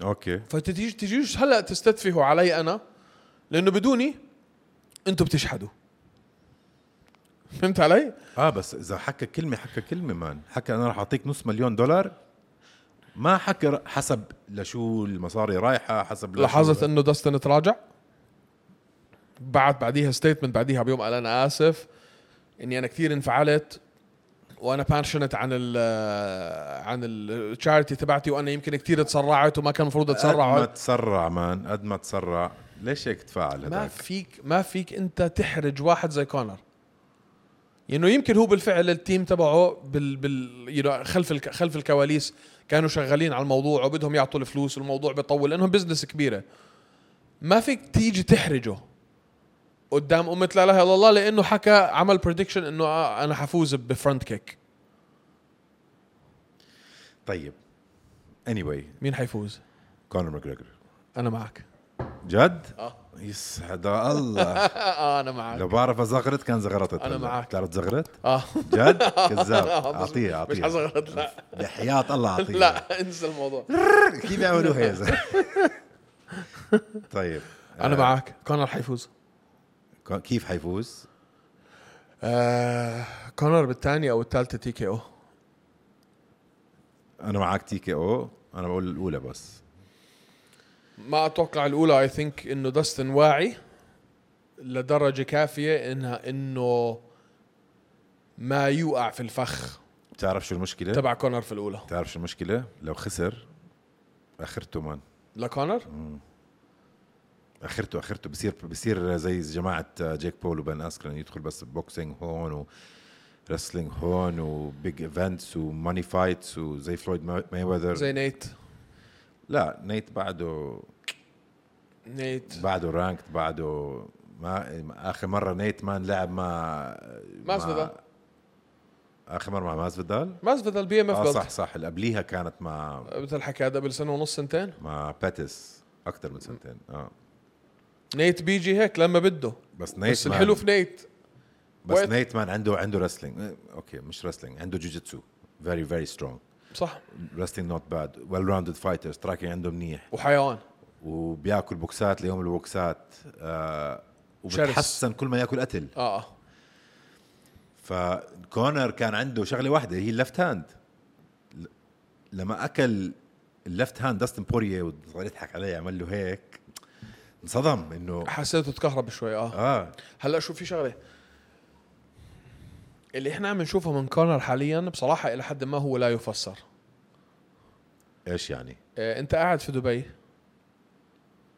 S2: اوكي
S1: فتجيش تجيش هلا تستدفهوا علي انا لانه بدوني انتوا بتشحدوا فهمت علي؟
S2: اه بس اذا حكى كلمه حكى كلمه مان حكى انا راح اعطيك نص مليون دولار ما حكى ر- حسب لشو المصاري رايحه حسب لشو-
S1: لاحظت انه داستن تراجع بعت بعديها ستيتمنت بعديها بيوم قال انا اسف اني انا كثير انفعلت وانا بانشنت عن ال عن التشاريتي تبعتي وانا يمكن كثير تسرعت وما كان المفروض
S2: قد ما
S1: اتسرع
S2: تسرع مان قد ما تسرع ليش هيك تفاعل
S1: ما
S2: هذاك
S1: فيك ما فيك انت تحرج واحد زي كونر انه يمكن هو بالفعل التيم تبعه بال بال you know خلف الك خلف الكواليس كانوا شغالين على الموضوع وبدهم يعطوا الفلوس والموضوع بيطول لانهم بزنس كبيره ما فيك تيجي تحرجه قدام أمة لا إله إلا الله لأنه حكى عمل بريدكشن إنه آه أنا حفوز بفرونت كيك
S2: طيب اني anyway,
S1: مين حيفوز؟
S2: كونر ماجريجر
S1: أنا معك
S2: جد؟
S1: آه. (laughs)
S2: يسعد الله
S1: آه أنا معك
S2: لو بعرف زغرت كان زغرتت
S1: أنا
S2: هلا.
S1: معك.
S2: بتعرف زغرت؟
S1: آه (laughs)
S2: جد؟ كذاب
S1: آه، بس-
S2: اعطيها
S1: مش
S2: اعطيها
S1: حصغرت لا
S2: بحياة الله اعطيها
S1: (laughs) لا انسى الموضوع
S2: كيف يعملوها يا
S1: (laughs)
S2: زلمه طيب
S1: أنا معك كونر حيفوز
S2: كو- كيف حيفوز؟
S1: آه كونر بالثانية أو الثالثة تي كي أو
S2: انا معك تي كي او انا بقول الاولى بس
S1: ما اتوقع الاولى اي ثينك انه داستن واعي لدرجه كافيه انها انه ما يوقع في الفخ
S2: إيه؟ بتعرف شو المشكله؟
S1: تبع كونر في الاولى
S2: بتعرف شو المشكله؟ لو خسر اخرته مان
S1: لكونر
S2: إيه. اخرته اخرته بصير بصير زي جماعه جيك بول وبن اسكرين يدخل بس بوكسينج هون ورسلينج هون وبيج ايفنتس وماني فايتس وزي فلويد ما- مايوذر
S1: زي نيت
S2: لا نيت بعده
S1: نيت
S2: بعده رانكت بعده ما اخر مره نيت مان لعب مع
S1: ماسفيدال.
S2: مع- اخر مره مع ماسفيدال
S1: ماسفيدال بي ام اف
S2: اه
S1: بيلد
S2: صح صح اللي قبليها كانت مع
S1: مثل الحكي هذا بالسنه ونص سنتين
S2: مع باتس اكثر من سنتين اه
S1: نيت بيجي هيك لما بده
S2: بس نيت
S1: بس الحلو في نيت
S2: بس
S1: وقت-
S2: نيت مان عنده عنده رسلينج اوكي مش رسلينج عنده جوجيتسو فيري فيري سترونج
S1: صح
S2: رسلينج نوت باد ويل راوندد فايتر سترايكينج عنده منيح
S1: وحيوان
S2: وبياكل بوكسات ليوم البوكسات آه وبتحسن كل ما ياكل قتل
S1: اه آه.
S2: فكونر كان عنده شغله واحده هي اللفت هاند ل- لما اكل اللفت هاند داستن بوريه وضل يضحك عليه عمل له هيك انصدم انه
S1: حسيته تكهرب شوي اه
S2: اه
S1: هلا شوف في شغله اللي احنا عم نشوفه من كونر حاليا بصراحه الى حد ما هو لا يفسر
S2: ايش يعني
S1: آه، انت قاعد في دبي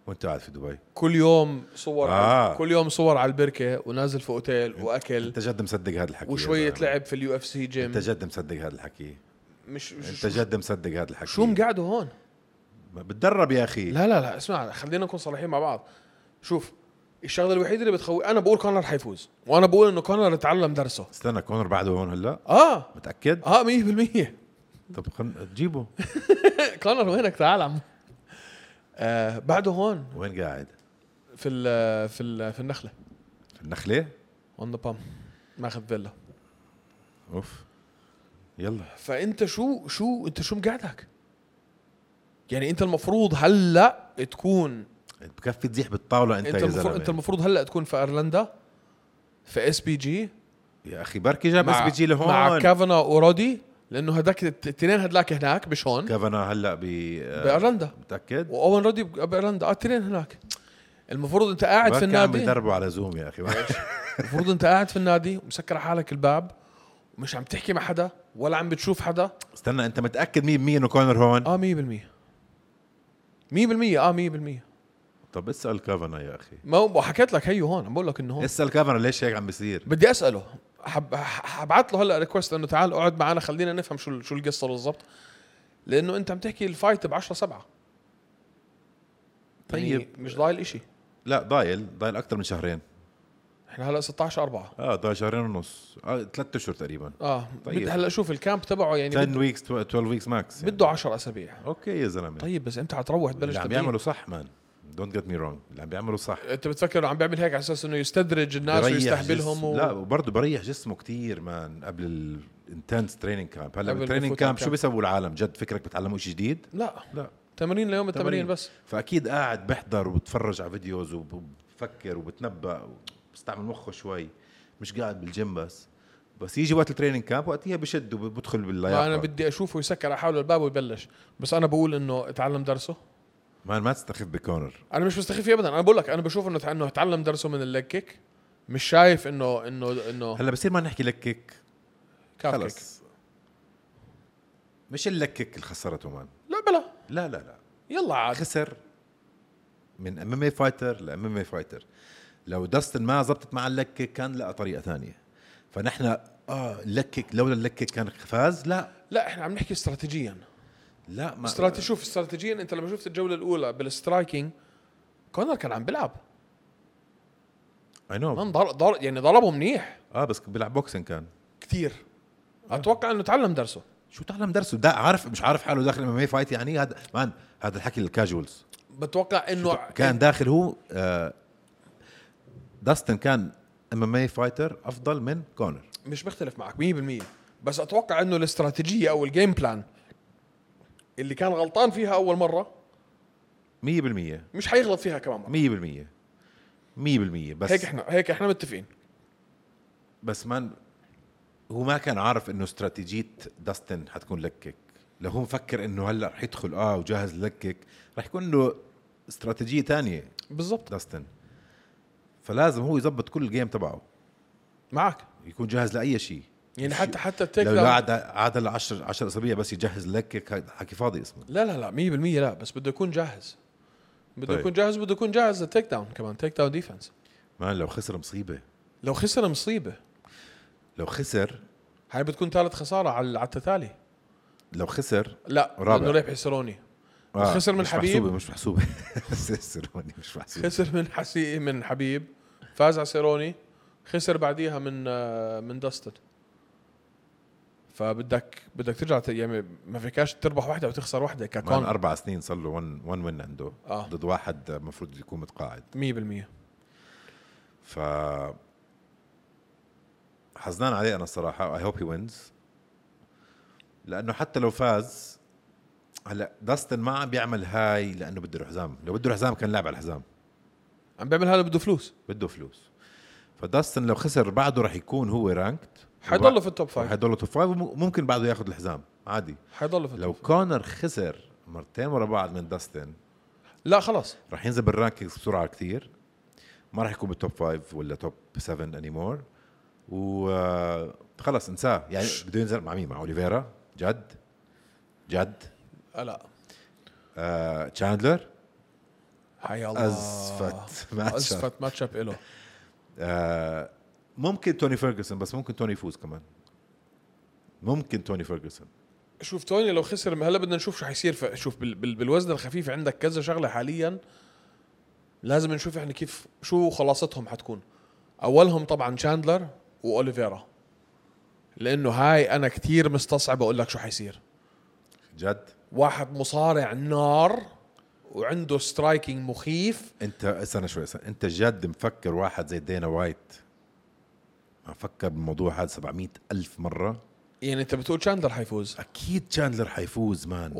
S2: وانت قاعد في دبي
S1: كل يوم صور آه.
S2: آه.
S1: كل يوم صور على البركه ونازل في اوتيل واكل
S2: انت جد مصدق هذا الحكي يا
S1: وشويه
S2: زلمة.
S1: لعب في اليو اف سي
S2: انت
S1: جيم
S2: جد مصدق هذا الحكي
S1: مش
S2: انت
S1: مش-
S2: جد يعني. مصدق هذا الحكي
S1: شو مقعده هون
S2: ما بتدرب يا اخي
S1: لا لا لا اسمع خلينا نكون صريحين مع بعض شوف الشغله الوحيده اللي بتخوف انا بقول كونر حيفوز وانا بقول انه كونر اتعلم درسه
S2: استنى كونر بعده هون هلا
S1: اه
S2: متاكد
S1: اه 100% (laughs)
S2: طب خل جيبه
S1: كونر وينك تعال عم آه بعده هون
S2: وين قاعد
S1: في ال في ال في النخله
S2: في النخله
S1: اون ذا بام ماخذ فيلا
S2: اوف يلا
S1: فانت شو شو انت شو مقعدك؟ يعني انت المفروض هلا تكون
S2: بكفي تزيح بالطاوله انت,
S1: انت
S2: يا
S1: المفروض انت
S2: زلمه
S1: المفروض هلا تكون في ايرلندا في اس بي جي
S2: يا اخي بركي جاب بس
S1: مع-
S2: بيجي لهون
S1: مع كافانا ورودي لانه هداك التنين هدلاك هناك مش هون
S2: كافانا هلا ب آه،
S1: بايرلندا
S2: متاكد
S1: واوين رودي ب- بايرلندا اه التنين هناك المفروض انت قاعد في
S2: بركي عم
S1: النادي
S2: بيدربوا على زوم يا اخي
S1: المفروض انت قاعد في النادي ومسكر على حالك الباب ومش عم تحكي مع حدا ولا عم بتشوف حدا
S2: استنى انت متاكد 100% انه كونر هون
S1: اه 100% 100% اه 100%
S2: طب اسال كافانا يا اخي
S1: ما هو حكيت لك هيو هون عم بقول لك انه هون
S2: اسال كافانا ليش هيك عم بيصير
S1: بدي اساله حب حبعت له هلا ريكوست انه تعال اقعد معنا خلينا نفهم شو شو القصه بالضبط لانه انت عم تحكي الفايت ب 10 7 طيب
S2: طيب.
S1: مش ضايل إشي
S2: لا ضايل ضايل اكثر من شهرين
S1: احنا هلا 16 4
S2: اه ضايل شهرين ونص آه ثلاث اشهر تقريبا
S1: اه
S2: طيب.
S1: طيب. هلا شوف الكامب تبعه يعني
S2: 10
S1: بد-
S2: ويكس 12 ويكس ماكس
S1: بده 10 اسابيع
S2: اوكي يا زلمه
S1: طيب بس امتى حتروح تبلش
S2: اللي عم
S1: تدريب؟
S2: بيعملوا صح مان دونت جيت مي رونج اللي عم بيعملوا صح
S1: انت بتفكر إنه عم بيعمل هيك على اساس انه يستدرج الناس
S2: بريح
S1: ويستهبلهم
S2: جسم-
S1: و...
S2: لا وبرضه بريح جسمه كتير مان قبل الانتنس تريننج كامب هلا
S1: قبل
S2: بالتريننج
S1: الفوت على
S2: كامب شو
S1: الكامب.
S2: بيسووا العالم جد فكرك بتعلموا شيء جديد
S1: لا
S2: لا
S1: تمارين ليوم التمارين بس
S2: فاكيد قاعد بحضر وبتفرج على فيديوز وبفكر وبتنبأ وبستعمل مخه شوي مش قاعد بالجيم بس بس يجي وقت التريننج كامب وقتها بشد وبدخل باللياقه
S1: ما انا بدي اشوفه يسكر على حاله الباب ويبلش بس انا بقول انه اتعلم درسه
S2: مان ما تستخف بكونر
S1: انا مش مستخف فيه ابدا انا بقول لك انا بشوف انه انه اتعلم درسه من الليج كيك مش شايف انه انه انه
S2: هلا بصير ما نحكي لك كيك
S1: كاف كيك
S2: خلص مش اللك كيك اللي خسرته مان
S1: لا بلا
S2: لا لا لا
S1: يلا عاد
S2: خسر من إيه ام ام اي فايتر لام ام اي فايتر لو داستن ما زبطت مع اللك كيك كان لقى طريقه ثانيه فنحن اه لكك لولا اللكك كان فاز لا
S1: لا احنا عم نحكي استراتيجيا
S2: لا ما
S1: استراتيجي شوف استراتيجيا انت لما شفت الجوله الاولى بالسترايكينج كونر كان عم بيلعب
S2: اي نو
S1: من ضر... ضر... يعني ضربه منيح
S2: اه بس بيلعب بوكسينج كان
S1: كثير اتوقع انه تعلم درسه
S2: شو تعلم درسه ده عارف مش عارف حاله داخل ام فايت يعني هذا مان هذا الحكي للكاجوالز
S1: بتوقع انه
S2: كان داخل هو آه داستن كان ام ام اي فايتر افضل من كونر
S1: مش بختلف معك 100% بس اتوقع انه الاستراتيجيه او الجيم بلان اللي كان غلطان فيها اول مره
S2: 100%
S1: مش حيغلط فيها كمان مره
S2: 100% 100% بس
S1: هيك احنا هيك احنا متفقين
S2: بس مان هو ما كان عارف انه استراتيجيه داستن حتكون لكك لو هو مفكر انه هلا رح يدخل اه وجاهز لكك رح يكون له استراتيجيه تانية
S1: بالضبط
S2: داستن فلازم هو يظبط كل الجيم تبعه
S1: معك
S2: يكون جاهز لاي شيء
S1: يعني
S2: شو-
S1: حتى حتى التيك
S2: لو
S1: داون لا
S2: قعد قعد 10 10 اسابيع بس يجهز لكك هاي حكي فاضي اسمه
S1: لا لا 100% لا بس بده يكون جاهز بده
S2: طيب.
S1: طيب. يكون جاهز بده يكون جاهز للتيك داون كمان تيك داون ديفنس
S2: مان لو خسر مصيبه
S1: لو خسر مصيبه
S2: لو خسر
S1: هاي بتكون ثالث خساره على على التتالي
S2: لو خسر
S1: لا
S2: رابع.
S1: لانه ربح سيروني
S2: آه
S1: خسر من
S2: مش
S1: حبيب.
S2: محسوبة (laughs) مش محسوبه سيروني مش محسوبه
S1: خسر من حسي من حبيب فاز على سيروني خسر بعديها من آه، من داستن فبدك بدك ترجع ت- يعني ما فيكاش تربح واحده وتخسر واحده
S2: مان
S1: ككون
S2: اربع سنين صار له 1 1 وين عنده
S1: آه.
S2: ضد واحد المفروض يكون متقاعد
S1: 100%
S2: ف حزنان عليه انا الصراحه اي هوب هي وينز لانه حتى لو فاز هلا داستن ما عم بيعمل هاي لانه بده الحزام لو بده الحزام كان لعب على الحزام
S1: عم بيعمل هذا بده فلوس
S2: بده فلوس فداستن لو خسر بعده رح يكون هو رانكت
S1: حيضله في التوب فايف
S2: حيضله توب فايف وممكن بعده ياخذ الحزام عادي
S1: حيضله في
S2: لو
S1: التوب
S2: كونر خسر مرتين ورا بعض من داستن
S1: لا خلاص
S2: رح ينزل بالرانكينجز بسرعه كثير ما رح يكون بالتوب 5 ولا توب 7 اني مور وخلص آه، انساه يعني بده ينزل مع مين مع اوليفيرا جد جد
S1: لا
S2: آه، تشاندلر
S1: حيا الله
S2: (laughs) ازفت ماتش
S1: ازفت ماتش اب له
S2: آه، ممكن توني فيرجسون بس ممكن توني يفوز كمان ممكن توني فيرجسون
S1: شوف توني لو خسر هلا بدنا نشوف شو حيصير ف- شوف بال- بال- بالوزن الخفيف عندك كذا شغله حاليا لازم نشوف احنا كيف شو خلاصتهم حتكون اولهم طبعا شاندلر واوليفيرا لانه هاي انا كتير مستصعب اقول لك شو حيصير
S2: جد
S1: واحد مصارع نار وعنده سترايكينج مخيف
S2: انت استنى شوي استنى. انت جد مفكر واحد زي دينا وايت ما فكر بالموضوع هذا 700 ألف مرة
S1: يعني انت بتقول شاندلر حيفوز
S2: أكيد تشاندلر حيفوز مان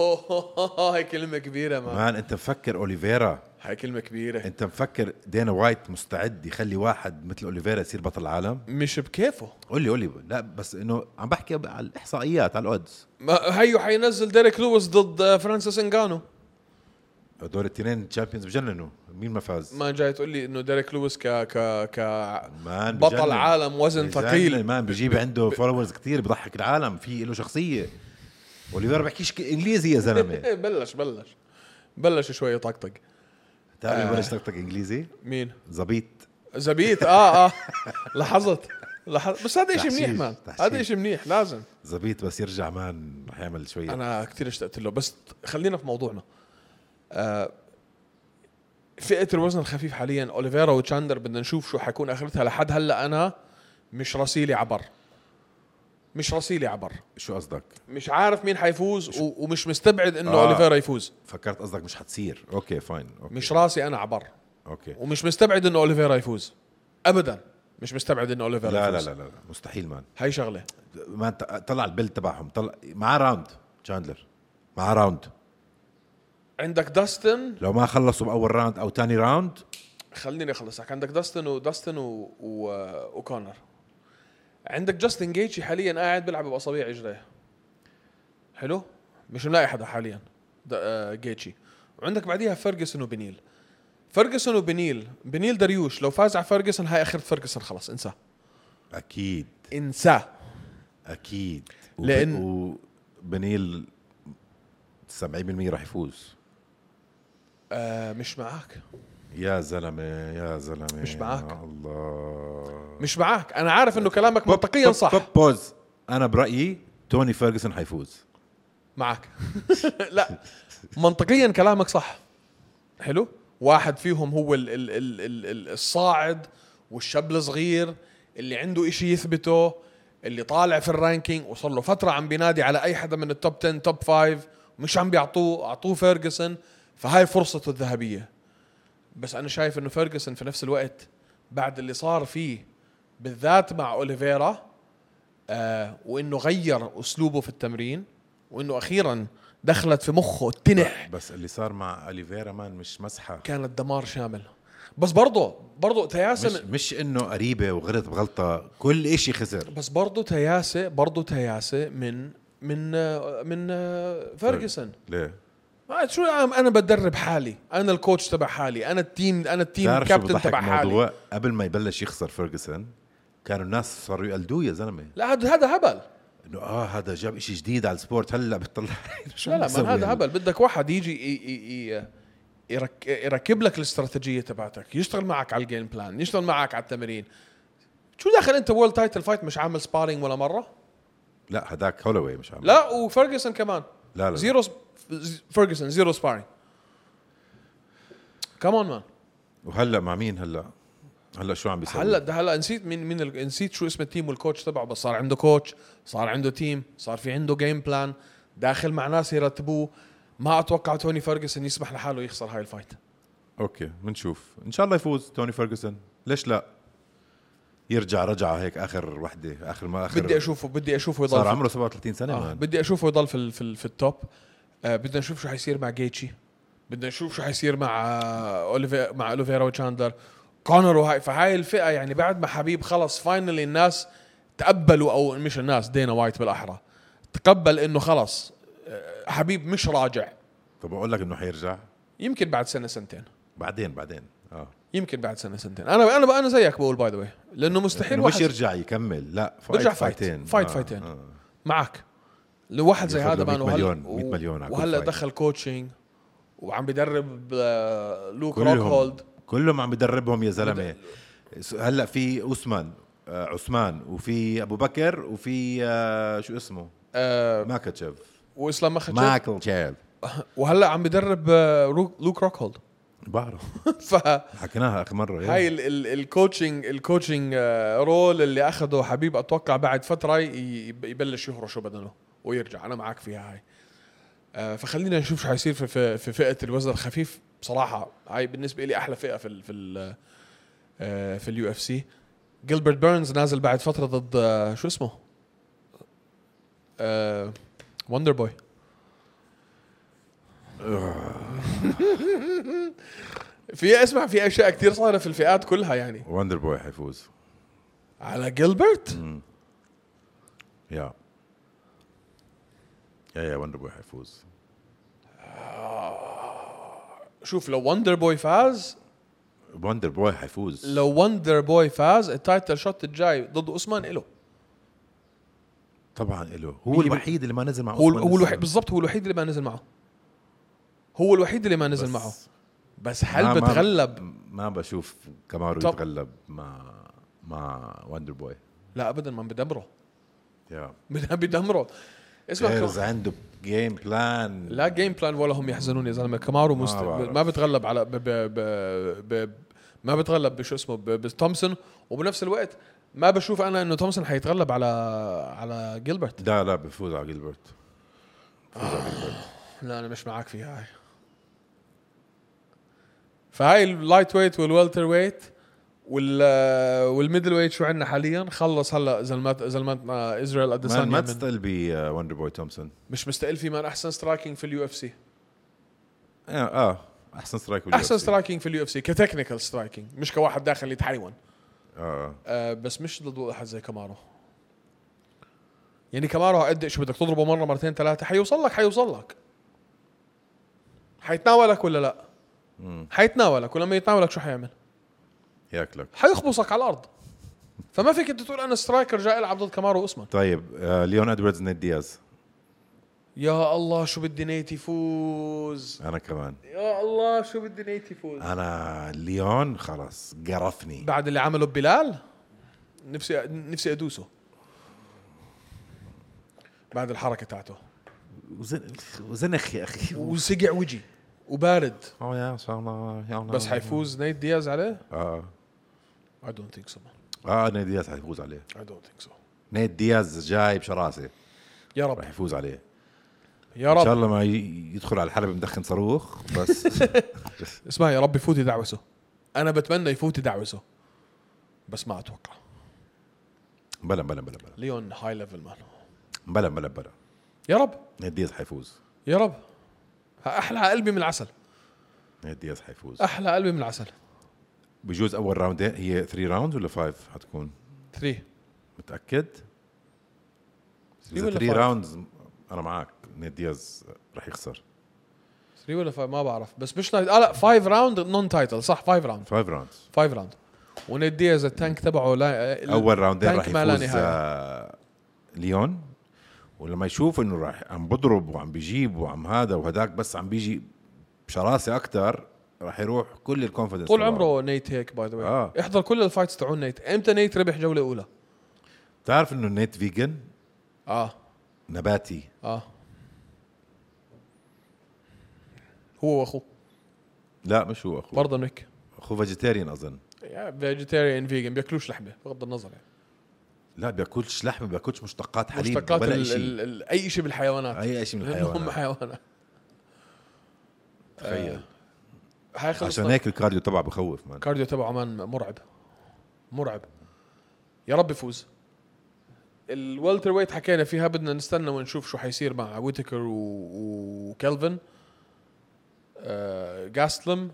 S1: اوه هاي كلمه كبيره ما
S2: مان انت مفكر اوليفيرا
S1: هاي كلمه كبيره
S2: انت مفكر دينا وايت مستعد يخلي واحد مثل اوليفيرا يصير بطل العالم
S1: مش بكيفه
S2: قول لي قول لي لا بس انه عم بحكي على الاحصائيات على الاودز
S1: ما هيو حينزل ديريك لويس ضد آه، فرانسيس انغانو
S2: دور التنين تشامبيونز بجننوا مين ما فاز
S1: ما جاي تقول لي انه ديريك لويس ك ك ك
S2: مان بجنن.
S1: بطل عالم وزن
S2: بجنن،
S1: ثقيل
S2: مان بجيب عنده فولورز كثير بضحك العالم في له شخصيه اوليفيرا بحكيش ك- انجليزي يا زلمه
S1: (laughs) إيه، بلش بلش بلش شوي يطقطق آه.
S2: تعرف بلش طقطق انجليزي
S1: مين
S2: زبيط
S1: زبيت
S2: (laughs)
S1: اه اه لاحظت لاحظت بس هذا شيء
S2: تحشيش،
S1: منيح مان هذا
S2: تحشيش.
S1: شيء منيح لازم
S2: زبيط بس يرجع مان رح يعمل شويه
S1: انا كثير اشتقت له بس خلينا في موضوعنا آه فئه الوزن الخفيف حاليا اوليفيرا وتشاندر بدنا نشوف شو حيكون اخرتها لحد هلا انا مش راسيلي عبر مش راسيلي عبر
S2: شو قصدك
S1: مش عارف مين حيفوز و- ومش مستبعد انه
S2: آه.
S1: آه. اوليفيرا يفوز
S2: فكرت قصدك مش حتصير اوكي فاين اوكي
S1: مش راسي انا عبر
S2: اوكي
S1: ومش مستبعد انه اوليفيرا يفوز ابدا مش مستبعد انه اوليفيرا
S2: لا لا
S1: يفوز
S2: لا لا لا، مستحيل مان
S1: هاي شغله
S2: ما انت- طلع البيل تبعهم طلع معاه راوند تشاندلر معاه راوند
S1: عندك داستن
S2: لو ما خلصوا باول راوند او تاني راوند
S1: خليني اخلصك عندك داستن وداستن و... و... وكونر عندك جاستن جيتشي حاليا قاعد بيلعب باصابع رجليه حلو مش ملاقي حدا حاليا دا... آه، جيتشي وعندك بعديها فيرجسون وبنيل فيرجسون وبنيل بنيل دريوش لو فاز على فيرجسون هاي اخرة فيرجسون خلاص انساه
S2: اكيد
S1: انساه
S2: اكيد
S1: لأن-
S2: وبنيل 70% راح يفوز
S1: آه مش معك
S2: يا زلمه يا زلمه
S1: مش معك.
S2: يا الله
S1: مش معك انا عارف انه كلامك منطقيا صح
S2: بوب بوز انا برايي توني فيرجسون حيفوز
S1: معك (laughs) لا منطقيا كلامك صح حلو واحد فيهم هو ال ال ال ال ال الصاعد والشاب الصغير اللي عنده إشي يثبته اللي طالع في الرانكينج وصل له فترة عم بينادي على أي حدا من التوب 10 توب 5 مش عم بيعطوه أعطوه فيرجسون فهاي فرصته الذهبية بس أنا شايف إنه فيرجسون في نفس الوقت بعد اللي صار فيه بالذات مع أوليفيرا آه وإنه غير أسلوبه في التمرين وإنه أخيرا دخلت في مخه التنح
S2: بس اللي صار مع اليفيرا مان مش مسحه
S1: كانت دمار شامل بس برضه برضه
S2: مش,
S1: تياسه
S2: مش انه قريبه وغلط بغلطه كل إشي خسر
S1: بس برضه تياسه برضه تياسه من من من فيرجسون
S2: ليه
S1: ما شو العام انا بدرب حالي انا الكوتش تبع حالي انا التيم انا التيم
S2: بتعرف شو
S1: كابتن
S2: بضحك
S1: تبع حالي
S2: الموضوع قبل ما يبلش يخسر فيرجسون كانوا الناس صاروا يقلدوه يا زلمه
S1: لا هذا هذا هبل
S2: انه اه هذا جاب إشي جديد على السبورت هلا بتطلع (laughs) شو يعني؟
S1: لا لا
S2: بسوي
S1: من هذا
S2: هلا؟
S1: هبل بدك واحد يجي ي- ي- ي- يرك يركب لك الاستراتيجيه تبعتك يشتغل معك على الجيم بلان يشتغل معك على التمرين شو داخل انت وورلد تايتل فايت مش عامل سبارينج ولا مره
S2: لا هداك هولوي مش عم
S1: لا وفيرجسون كمان
S2: لا لا
S1: زيرو فيرجسون زيرو سبارينج كمان مان
S2: وهلا مع مين هلا هلا شو عم بيسوي
S1: هلا ده هلا نسيت مين مين ال- نسيت شو اسم التيم والكوتش تبعه بس صار عنده كوتش صار عنده تيم صار في عنده جيم بلان داخل مع ناس يرتبوه ما اتوقع توني فيرجسون يسمح لحاله يخسر هاي الفايت
S2: اوكي بنشوف ان شاء الله يفوز توني فيرجسون ليش لا يرجع رجعه هيك اخر وحده اخر ما اخر
S1: بدي اشوفه بدي اشوفه يضل
S2: صار
S1: في-
S2: عمره 37 سنه
S1: آه
S2: آه
S1: بدي اشوفه يضل في ال- في, ال- في التوب آه بدنا نشوف شو حيصير مع جيتشي بدنا نشوف شو حيصير مع آه اوليفي مع اوليفيرا وتشاندلر كونر وهاي فهاي الفئه يعني بعد ما حبيب خلص فاينلي الناس تقبلوا او مش الناس دينا وايت بالاحرى تقبل انه خلص آه، حبيب مش راجع
S2: طب اقول لك انه حيرجع
S1: يمكن بعد سنه سنتين
S2: بعدين بعدين اه
S1: يمكن بعد سنه سنتين انا انا انا زيك بقول باي ذا واي لانه مستحيل
S2: إنه مش
S1: واحد
S2: يرجع يكمل لا آه، فايت
S1: برجع فايت. فايت فايتين. معك لواحد زي
S2: ياخد
S1: هذا
S2: له 100
S1: مان وهلا
S2: مليون- 100 مليون على كل
S1: وهلا
S2: فايت.
S1: دخل كوتشنج وعم بدرب آه، لوك
S2: كلهم
S1: روكهولد
S2: كلهم عم بدربهم يا زلمه س- هلا في اسمان آه عثمان وفي ابو بكر وفي آه شو اسمه
S1: آه،
S2: ماكاتشيف
S1: واسلام مخشب
S2: ماكل تشيف
S1: (laughs) وهلا عم بدرب آه، روك- لوك روكهولد (laughs)
S2: بعرف
S1: فهاي
S2: حكيناها اخر مره يلا.
S1: ال- ال- الكوتشنج الكوتشنج آه، رول اللي اخذه حبيب اتوقع بعد فتره ي- يب- يبلش يهرش بدنه ويرجع انا معك فيها هاي آه، فخلينا نشوف شو حيصير في- في في فئه الوزن الخفيف بصراحه هاي بالنسبه لي احلى فئه في ال في ال آه، في اليو اف سي جilbert بيرنز نازل بعد فتره ضد آه، شو اسمه آه، وندر بوي في اسمع في اشياء كثير صارت في الفئات كلها يعني
S2: وندر بوي حيفوز
S1: على جيلبرت
S2: يا يا يا وندر بوي حيفوز
S1: شوف لو وندر بوي فاز
S2: وندر بوي حيفوز
S1: لو وندر بوي فاز التايتل شوت الجاي ضد اوسمان له
S2: طبعا له هو الوحيد اللي ما نزل مع
S1: هو
S2: عثمان
S1: هو
S2: لسه.
S1: الوحيد بالضبط هو الوحيد اللي ما نزل معه هو الوحيد اللي ما نزل
S2: بس
S1: معه بس هل
S2: ما- ما-
S1: بتغلب
S2: ما بشوف كامارو
S1: طب.
S2: يتغلب مع مع وندر بوي
S1: لا ابدا ما (laughs) بدمره
S2: يا
S1: بدمره اسمع
S2: بيرز
S1: كم-
S2: عنده جيم بلان
S1: لا جيم بلان ولا هم يحزنون يا زلمه كمارو مست...
S2: بعرف.
S1: ما بتغلب على ب... ب... ب... ب... ما بتغلب بشو اسمه ب... بتومسون وبنفس الوقت ما بشوف انا انه تومسون حيتغلب على على جيلبرت
S2: لا لا بفوز على جيلبرت بفوز على جيلبرت
S1: لا انا مش معاك فيها هاي فهاي اللايت ويت والوالتر ويت وال والميدل ويت شو عندنا حاليا خلص هلا زلمات زلماتنا اسرائيل
S2: ما ما
S1: اديسانيا من-
S2: تستقل بوندر بوي تومسون
S1: مش مستقل في مان احسن سترايكنج في اليو اف سي
S2: اه اه احسن سترايك بال
S1: احسن
S2: UFC.
S1: سترايكنج في اليو اف سي كتكنيكال سترايكنج مش كواحد داخل يتحيون
S2: اه
S1: آه بس مش ضد واحد زي كمارو يعني كمارو قد شو بدك تضربه مره مرتين ثلاثه حيوصل لك حيوصل لك حيتناولك ولا لا؟ حيتناولك ولما يتناولك شو حيعمل؟
S2: ياكلك
S1: حيخبصك على الارض فما فيك انت تقول انا سترايكر جاي العب ضد كمارو واسمن
S2: طيب آه ليون ادواردز نيد دياز
S1: يا الله شو بدي نيت يفوز
S2: انا كمان
S1: يا الله شو بدي نيت يفوز
S2: انا ليون خلاص قرفني
S1: بعد اللي عمله ببلال نفسي نفسي ادوسه بعد الحركه تاعته
S2: وزنخ وزنخ يا اخي
S1: وسقع وجي وبارد
S2: اه يا ان Oh شاء الله يا الله
S1: بس حيفوز نيت دياز عليه
S2: اه
S1: I don't think so man.
S2: اه نيد دياز حيفوز عليه
S1: I don't think so
S2: نيد دياز جاي بشراسه
S1: يا
S2: راح
S1: رب
S2: يفوز عليه
S1: يا
S2: ان شاء
S1: رب
S2: الله ما ي- يدخل على الحلبه مدخن صاروخ بس (laughs)
S1: اسمع يا رب يفوت يدعوسه انا بتمنى يفوت يدعوسه بس ما اتوقع
S2: بلا بلا بلا بلا
S1: ليون هاي ليفل مان
S2: بلا بلا بلا
S1: يا رب
S2: نيد دياز حيفوز
S1: يا رب احلى قلبي من العسل
S2: نيد دياز حيفوز
S1: احلى قلبي من العسل
S2: بجوز اول راوند هي 3 راوند ولا 5 حتكون
S1: 3
S2: متاكد
S1: Three ولا
S2: 3
S1: five؟
S2: راوندز انا معك نيد دياز راح يخسر
S1: 3 ولا 5 ما بعرف بس مش نايت اه لا 5 راوند نون تايتل صح 5 راوند
S2: 5 راوندز
S1: 5 راوند ونيت دياز التانك تبعه لا ال-
S2: اول راوندين
S1: التانك
S2: راح
S1: ما لا
S2: إيه؟ يفوز
S1: نهاية.
S2: آه، ليون ولما يشوف انه راح عم بضرب وعم بجيب وعم هذا وهداك بس عم بيجي بشراسه اكثر راح يروح كل الكونفدنس
S1: طول عمره نيت هيك باي ذا
S2: آه.
S1: واي احضر كل الفايتس تاعون نيت امتى نيت ربح جوله اولى
S2: بتعرف انه نيت فيجن
S1: اه
S2: نباتي
S1: اه هو واخوه
S2: لا مش هو اخوه
S1: برضه نيك
S2: اخوه فيجيتيريان اظن
S1: فيجيتيريان فيجن بياكلوش لحمه بغض النظر يعني
S2: لا بياكلش لحمه بياكلش مشتقات حليب
S1: مشتقات
S2: ولا
S1: ال-
S2: شيء
S1: ال- ال- اي شيء بالحيوانات
S2: اي شيء من
S1: لأنه هم
S2: الحيوانات
S1: حيوانات
S2: تخيل
S1: حيخلص
S2: عشان
S1: طيب.
S2: هيك الكارديو تبعه بخوف مان
S1: الكارديو تبعه مان مرعب مرعب يا رب يفوز الوالتر ويت حكينا فيها بدنا نستنى ونشوف شو حيصير مع ويتكر و... وكلفن آه... جاستلم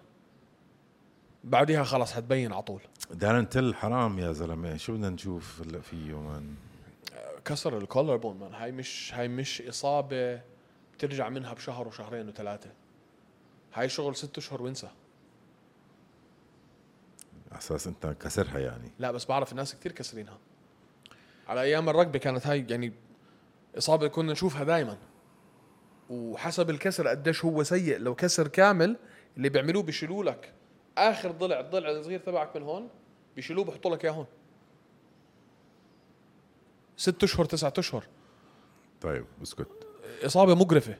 S1: بعديها خلاص حتبين على طول
S2: دارن تل حرام يا زلمه شو بدنا نشوف هلا فيه مان
S1: كسر الكولر بون مان هاي مش هاي مش اصابه بترجع منها بشهر وشهرين وثلاثه هاي شغل ست اشهر وانسى
S2: على اساس انت كسرها يعني
S1: لا بس بعرف الناس كثير كسرينها على ايام الركبه كانت هاي يعني اصابه كنا نشوفها دائما وحسب الكسر قديش هو سيء لو كسر كامل اللي بيعملوه بيشيلوا لك اخر ضلع الضلع الصغير تبعك من هون بيشيلوه بحطوا لك اياه هون ست اشهر تسعة اشهر
S2: طيب اسكت
S1: اصابه مقرفه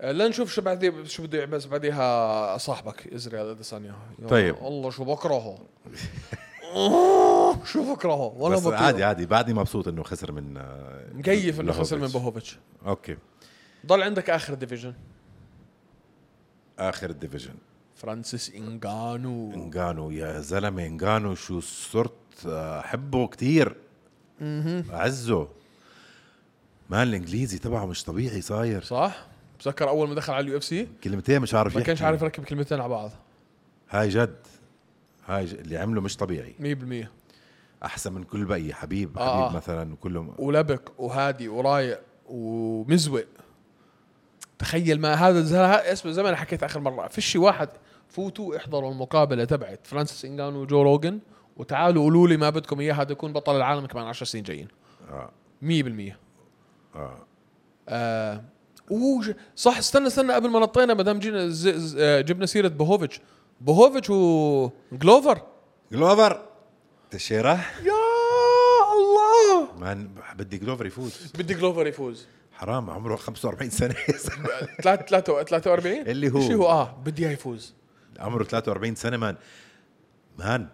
S1: أه، لنشوف شو بعدي شو بده يعمل بس بعديها صاحبك ازرائيل اديسانيا يا
S2: طيب.
S1: الله شو
S2: (laughs)
S1: بكرهه أوه، شو بكرهه ولا
S2: بس
S1: بطيقه
S2: عادي عادي بعدني مبسوط انه خسر من آه،
S1: مكيف انه خسر من
S2: بلوفيتش.
S1: بوهوفيتش
S2: اوكي
S1: ضل عندك اخر ديفيجن
S2: اخر الديفيجن
S1: فرانسيس انغانو
S2: انغانو يا زلمه انغانو شو صرت آه، احبه كثير اعزه مان الانجليزي تبعه مش طبيعي صاير
S1: صح بتذكر اول ما دخل على اليو اف سي
S2: كلمتين مش عارف
S1: ما
S2: يحكي.
S1: كانش عارف يركب كلمتين على بعض
S2: هاي جد هاي ج- اللي عمله مش طبيعي
S1: 100%
S2: احسن من كل بقيه حبيب
S1: آه.
S2: حبيب مثلا كلهم
S1: ولبق وهادي ورايق ومزوق تخيل ما هذا الزلمة- ها- اسمه زي ما انا حكيت اخر مره فيش واحد فوتوا احضروا المقابله تبعت فرانسيس انغانو وجو روجن وتعالوا قولوا لي ما بدكم اياه هذا يكون بطل العالم كمان 10 سنين جايين
S2: آه.
S1: 100%
S2: آه.
S1: آه وج... صح استنى استنى قبل ما نطينا ما دام جينا ز... ز... آه، جبنا سيره بوهوفيتش بوهوفيتش وجلوفر
S2: جلوفر تشيرة
S1: يا الله
S2: مان بدي جلوفر يفوز
S1: بدي جلوفر يفوز
S2: حرام عمره 45 سنه
S1: ثلاث- ثلاثة 43
S2: اللي هو.
S1: شي هو اه بدي اياه يفوز
S2: (laughs) عمره 43 سنه مان مان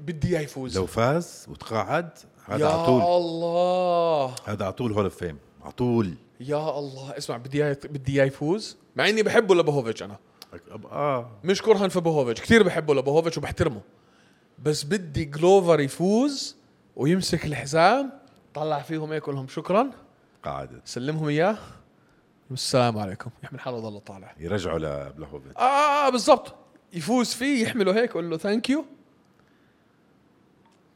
S1: بدي اياه يفوز
S2: لو فاز وتقاعد هذا
S1: يا
S2: على طول
S1: الله
S2: هذا على طول هول اوف فيم على طول
S1: يا الله اسمع بدي اياه بدي اياه يفوز مع اني بحبه لبوهوفيتش انا
S2: اه
S1: مش كرها في بوهوفيتش كثير بحبه لبوهوفيتش وبحترمه بس بدي جلوفر يفوز ويمسك الحزام طلع فيهم هيك لهم شكرا
S2: قاعدت
S1: سلمهم اياه والسلام عليكم يحمل حاله ضل طالع
S2: يرجعوا لبلاهوفيتش
S1: آه، آه, آه بالضبط يفوز فيه يحمله هيك يقول له ثانك يو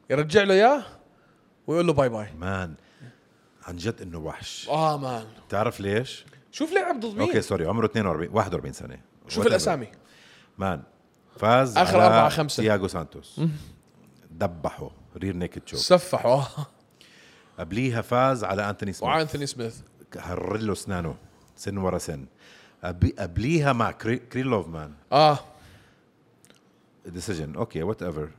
S1: يرجع له اياه ويقول له باي باي
S2: مان عن جد انه وحش
S1: اه مان
S2: تعرف ليش؟
S1: شوف لعب ضد
S2: اوكي
S1: مين
S2: سوري عمره 42 41 سنه
S1: شوف
S2: Whatever.
S1: الاسامي
S2: مان فاز
S1: آخر
S2: على
S1: أربعة خمسة.
S2: تياغو سانتوس دبحه رير نيكد شوك
S1: (laughs) سفحوا آه.
S2: قبليها فاز على انتوني سميث
S1: وانثوني سميث
S2: هرر له اسنانه سن ورا سن أبي- قبليها مع كري- كريلوف مان
S1: اه
S2: ديسيجن اوكي وات ايفر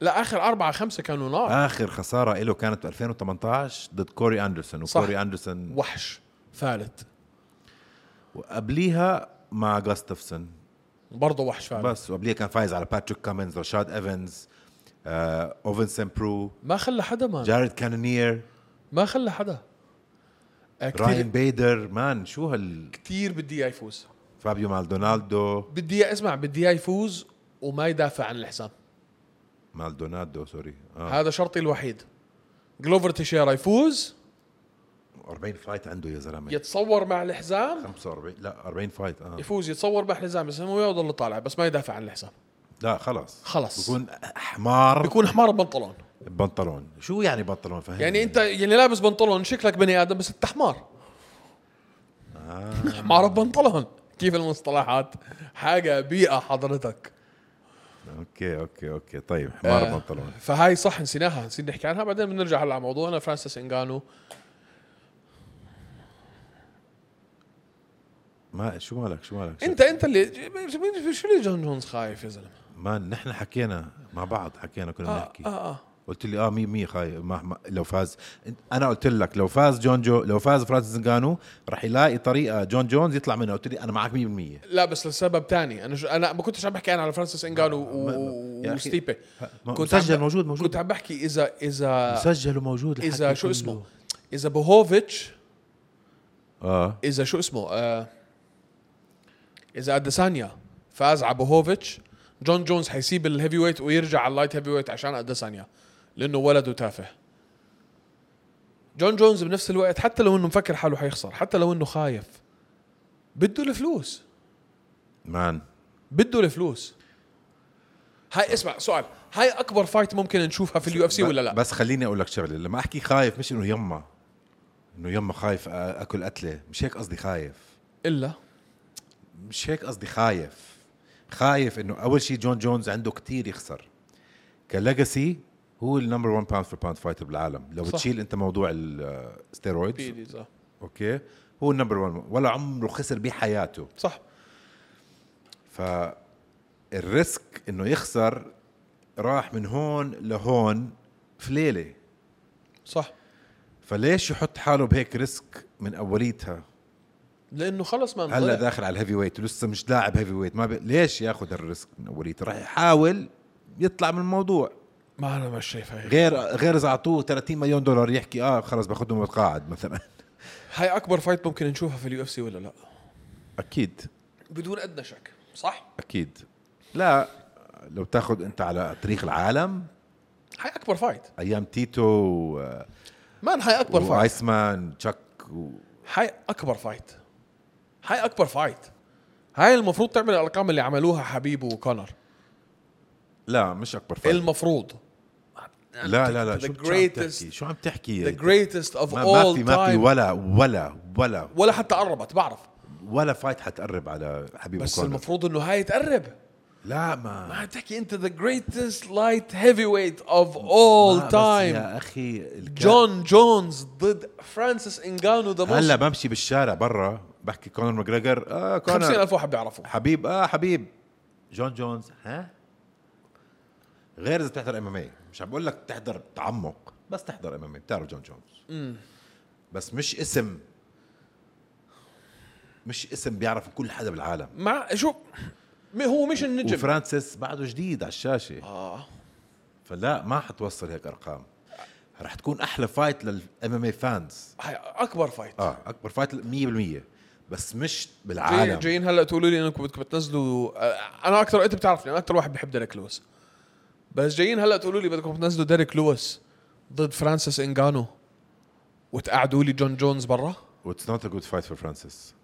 S1: لا اخر اربعه خمسه كانوا نار
S2: اخر خساره له كانت ب 2018 ضد كوري اندرسون
S1: صح.
S2: وكوري اندرسون
S1: وحش ثالث
S2: وقبليها مع جاستفسون
S1: برضه وحش فعلا
S2: بس وقبليها كان فايز على باتريك كامينز رشاد ايفنز آه، اوفنسن برو
S1: ما خلى حدا مان
S2: جارد كانونير
S1: ما خلى حدا آه، كتير
S2: راين بيدر مان شو هال
S1: كتير بدي اياه يفوز
S2: فابيو مالدونالدو
S1: بدي إياه- اسمع بدي اياه يفوز وما يدافع عن الحساب
S2: مالدونادو سوري آه.
S1: هذا شرطي الوحيد جلوفر تشيرا يفوز
S2: 40 فايت عنده يا زلمه
S1: طيب. يتصور مع الحزام
S2: 45 لا 40 فايت اه
S1: يفوز يتصور مع الحزام بس هو يضل طالع بس ما يدافع عن الحزام
S2: لا خلاص
S1: خلص.
S2: بكون حمار
S1: بيكون حمار بنطلون
S2: بنطلون شو يعني بنطلون فهم
S1: يعني انت اللي لابس بنطلون شكلك بني ادم بس انت حمار
S2: آه.
S1: حمار بنطلون كيف المصطلحات حاجه بيئه حضرتك
S2: اوكي اوكي اوكي طيب حمار
S1: آه.
S2: بنطلون
S1: فهاي صح نسيناها نسينا نحكي عنها بعدين بنرجع هلا على موضوعنا فرانسيس انجانو
S2: ما شو مالك شو مالك
S1: انت انت اللي شو اللي جون جونز خايف يا زلمه
S2: ما نحن حكينا مع بعض حكينا كنا
S1: اه
S2: بنحكي
S1: اه
S2: قلت لي اه 100 خاي ما ما لو فاز انت- انا قلت لك لو فاز جون جو لو فاز فرانسيس انغانو رح يلاقي طريقه جون جونز يطلع منها قلت لي انا معك 100%
S1: لا بس لسبب تاني انا ج... انا ما كنتش عم بحكي انا على فرانسيس انجانو
S2: آه، ما-
S1: و...
S2: يا أخي،
S1: وستيبي
S2: ما-
S1: كنت
S2: مسجل
S1: عم-
S2: موجود
S1: كنت
S2: موجود
S1: عم بحكي اذا اذا
S2: مسجل وموجود الحكي
S1: اذا شو
S2: كله.
S1: اسمه اذا بوهوفيتش
S2: اه
S1: اذا شو اسمه آه اذا اديسانيا فاز على بوهوفيتش جون جونز حيسيب الهيفي ويت ويرجع على اللايت هيفي ويت عشان اديسانيا لانه ولده تافه جون جونز بنفس الوقت حتى لو انه مفكر حاله حيخسر حتى لو انه خايف بده الفلوس
S2: مان
S1: بده الفلوس هاي اسمع سؤال هاي اكبر فايت ممكن نشوفها في اليو اف سي
S2: ب-
S1: ولا لا
S2: بس خليني اقول لك شغله لما احكي خايف مش انه يما انه يما خايف آ- اكل قتله مش هيك قصدي خايف
S1: الا
S2: مش هيك قصدي خايف خايف انه اول شيء جون جونز عنده كتير يخسر كليجاسي هو النمبر 1 باوند فور باوند فايتر بالعالم لو
S1: صح.
S2: بتشيل انت موضوع الستيرويدز
S1: بيديز آه.
S2: اوكي هو النمبر 1 ولا عمره خسر بحياته
S1: صح
S2: فالريسك انه يخسر راح من هون لهون في ليله
S1: صح
S2: فليش يحط حاله بهيك ريسك من اوليتها
S1: لانه خلص ما
S2: هلا داخل على الهيفي ويت ولسه مش لاعب هيفي ويت ما بي... ليش ياخذ الريسك من اوليته راح يحاول يطلع من الموضوع
S1: ما انا مش شايفها هيك
S2: غير غير اذا اعطوه 30 مليون دولار يحكي اه خلص باخذهم واتقاعد مثلا
S1: (laughs) هاي اكبر فايت ممكن نشوفها في اليو اف سي ولا لا
S2: اكيد
S1: بدون ادنى شك صح
S2: اكيد لا لو تاخذ انت على تاريخ العالم
S1: هاي اكبر فايت
S2: ايام تيتو و...
S1: مان هاي اكبر فايت
S2: وايسمان تشاك و...
S1: هاي اكبر فايت هاي اكبر فايت هاي المفروض تعمل الارقام اللي عملوها حبيب وكونر
S2: لا مش اكبر فايت
S1: المفروض
S2: لا لا لا
S1: The
S2: شو, شو عم
S1: greatest-
S2: تحكي شو عم تحكي
S1: the greatest of
S2: إيه. ما, ما
S1: all
S2: في ما في
S1: time
S2: ولا ولا ولا
S1: ولا حتى قربت بعرف
S2: ولا فايت حتقرب على حبيب
S1: بس
S2: وكونر.
S1: المفروض انه هاي تقرب
S2: لا ما
S1: ما تحكي انت the greatest light heavyweight of all
S2: ما بس
S1: time
S2: يا اخي الك-
S1: جون جونز ضد فرانسيس انجانو ذا
S2: هلا
S1: موست
S2: بمشي بالشارع برا بحكي كونر ماجريجر اه كونر
S1: 50000 واحد بيعرفه
S2: حبيب اه حبيب جون جونز ها غير اذا بتحضر ام ام مش عم بقول لك تحضر تعمق بس تحضر ام ام بتعرف جون جونز بس مش اسم مش اسم بيعرفه كل حدا بالعالم
S1: مع شو م- هو مش النجم
S2: وفرانسيس بعده جديد على الشاشه
S1: اه
S2: فلا ما حتوصل هيك ارقام رح تكون احلى فايت للام ام اي فانز
S1: هاي اكبر فايت
S2: اه اكبر فايت 100% بس مش
S1: جاي
S2: بالعالم
S1: جايين هلا تقولوا لي انكم بدكم تنزلوا آه، انا اكثر انت بتعرفني انا اكثر واحد بحب ديريك لويس بس جايين هلا تقولوا لي بدكم تنزلوا ديريك لويس ضد فرانسيس انجانو وتقعدوا لي جون جونز برا
S2: واتس نوت ا جود فايت فور فرانسيس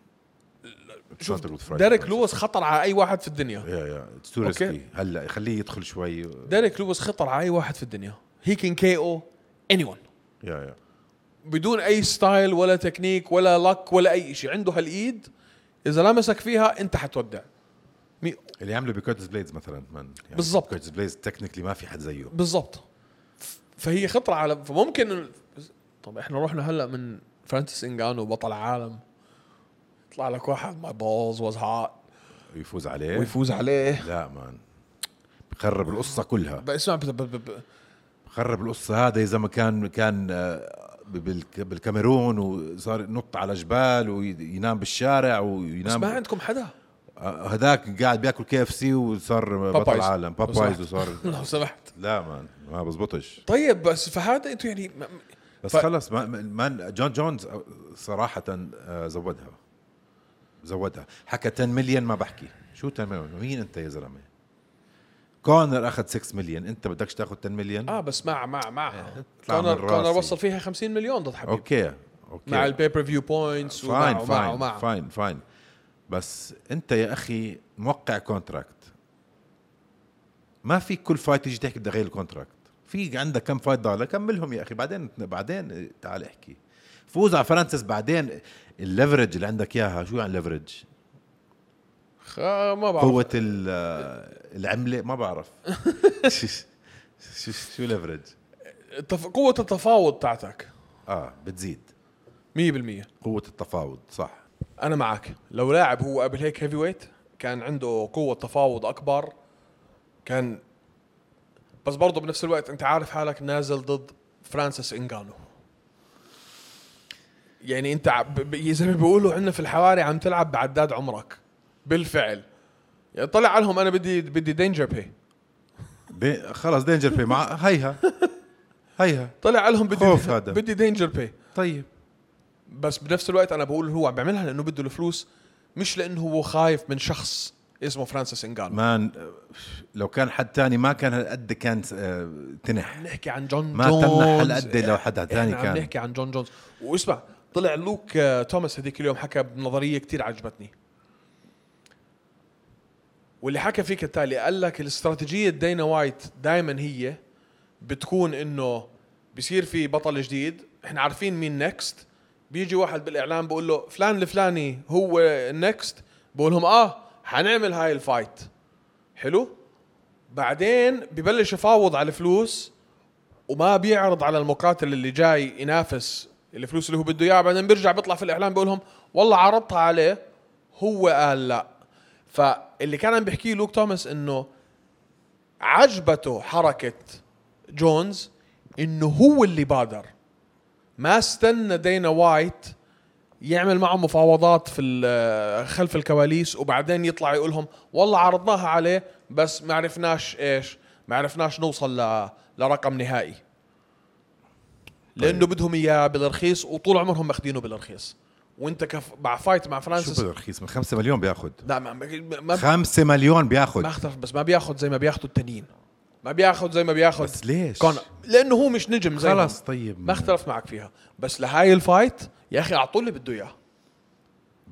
S1: شوف ديريك لويس خطر على اي واحد في الدنيا
S2: يا يا اتس تو
S1: أوكي.
S2: ريسكي هلا خليه يدخل شوي يا
S1: ديريك لويس خطر على اي واحد في الدنيا هي كان كي او اني ون
S2: يا
S1: بدون اي ستايل ولا تكنيك ولا لك ولا اي شيء عنده هالايد اذا لمسك فيها انت حتودع مي-
S2: اللي عمله بكورتس بليدز مثلا مان يعني
S1: بالضبط.
S2: كورتس بليدز تكنيكلي ما في حد زيه
S1: بالضبط ف- فهي خطره على فممكن طب احنا رحنا هلا من فرانسيس انجانو بطل عالم يطلع لك واحد ماي بالز واز هوت
S2: يفوز عليه
S1: ويفوز عليه
S2: لا مان بخرب القصه كلها
S1: بس اسمع بت- بت- بت-
S2: خرب القصه هذا اذا ما كان كان آه، بالك- بالكاميرون وصار ينط على جبال وينام بالشارع
S1: بس ما
S2: وينام
S1: عندكم حدا (laughs)
S2: آه، هذاك قاعد بياكل كي اف سي وصار بطل
S1: بابايز.
S2: عالم
S1: لو
S2: بابايز
S1: سمحت.
S2: وصار
S1: لو سمحت
S2: لا مان ما بزبطش
S1: طيب بس فهذا انتم يعني ما-
S2: بس
S1: ف-
S2: خلص ما- ما- مان جون جونز صراحه آه، زودها زودها حكى 10 مليون ما بحكي شو 10 مليون مين انت يا زلمه كونر اخذ 6 مليون انت بدكش تاخذ 10 مليون
S1: اه بس مع مع مع
S2: اطلع إيه، من
S1: كونر كونر
S2: راسي.
S1: وصل فيها 50 مليون ضد حبيب
S2: اوكي اوكي
S1: مع البيبر فيو بوينتس
S2: فاين
S1: ومع ومع
S2: فاين
S1: ومع
S2: فاين فاين بس انت يا اخي موقع كونتراكت ما في كل فايت تيجي تحكي بدي اغير الكونتراكت في عندك كم فايت ضايله كملهم يا اخي بعدين بعدين تعال احكي فوز على فرانسيس بعدين الليفرج اللي عندك اياها شو يعني ليفرج
S1: خ- ما بعرف
S2: قوه ال- العمله ما بعرف (laughs) شو- شو ليفرج
S1: التف... قوة التفاوض تاعتك
S2: اه بتزيد
S1: 100%
S2: قوه التفاوض صح
S1: انا معك لو لاعب هو قبل هيك هيفي ويت كان عنده قوة تفاوض اكبر كان بس برضه بنفس الوقت انت عارف حالك نازل ضد فرانسيس انجانو يعني انت ع- ب- ب- يا زلمه بيقولوا عندنا في الحواري عم تلعب بعداد عمرك بالفعل يعني طلع عليهم انا بدي بدي دينجر بي
S2: دي خلص دينجر في مع هيها هيها
S1: طلع عليهم بدي
S2: خوف هذا.
S1: بدي دينجر بي
S2: طيب
S1: بس بنفس الوقت انا بقول هو عم بيعملها لانه بده الفلوس مش لانه هو خايف من شخص اسمه فرانسيس انجانو
S2: مان لو كان حد تاني ما كان هالقد كان آه، تنح
S1: نحكي عن جون
S2: ما
S1: جونز
S2: تنح هالقد لو حدا تاني
S1: احنا يعني عم
S2: كان
S1: نحكي عن جون جونز واسمع طلع لوك آه، توماس هذيك اليوم حكى بنظريه كتير عجبتني واللي حكى فيك التالي قال لك الاستراتيجيه دينا وايت دائما هي بتكون انه بصير في بطل جديد احنا عارفين مين نكست بيجي واحد بالاعلام بقول له فلان الفلاني هو نكست بقول لهم اه حنعمل هاي الفايت حلو بعدين ببلش يفاوض على الفلوس وما بيعرض على المقاتل اللي جاي ينافس الفلوس اللي هو بده اياها بعدين بيرجع بيطلع في الاعلام بيقول لهم والله عرضتها عليه هو قال لا فاللي كان عم بيحكيه لوك توماس انه عجبته حركه جونز انه هو اللي بادر ما استنى دينا وايت يعمل معه مفاوضات في ال- خلف الكواليس وبعدين يطلع يقول لهم والله عرضناها عليه بس ما عرفناش ايش ما عرفناش نوصل ل... لرقم نهائي لانه بدهم اياه بالرخيص وطول عمرهم ماخذينه بالرخيص وانت كف... مع فايت مع
S2: شو
S1: فرانسيس
S2: بده رخيص من 5 مليون بياخذ
S1: لا ما ما, ما,
S2: 5 مليون
S1: ما
S2: بياخذ
S1: اختلف بس ما بياخذ زي ما بياخذوا التانيين ما بياخذ زي ما بياخذ
S2: بس ليش؟
S1: كونر لانه هو مش نجم زي
S2: خلص طيب
S1: ما اختلف معك فيها بس لهاي الفايت يا اخي اعطوا اللي بده اياه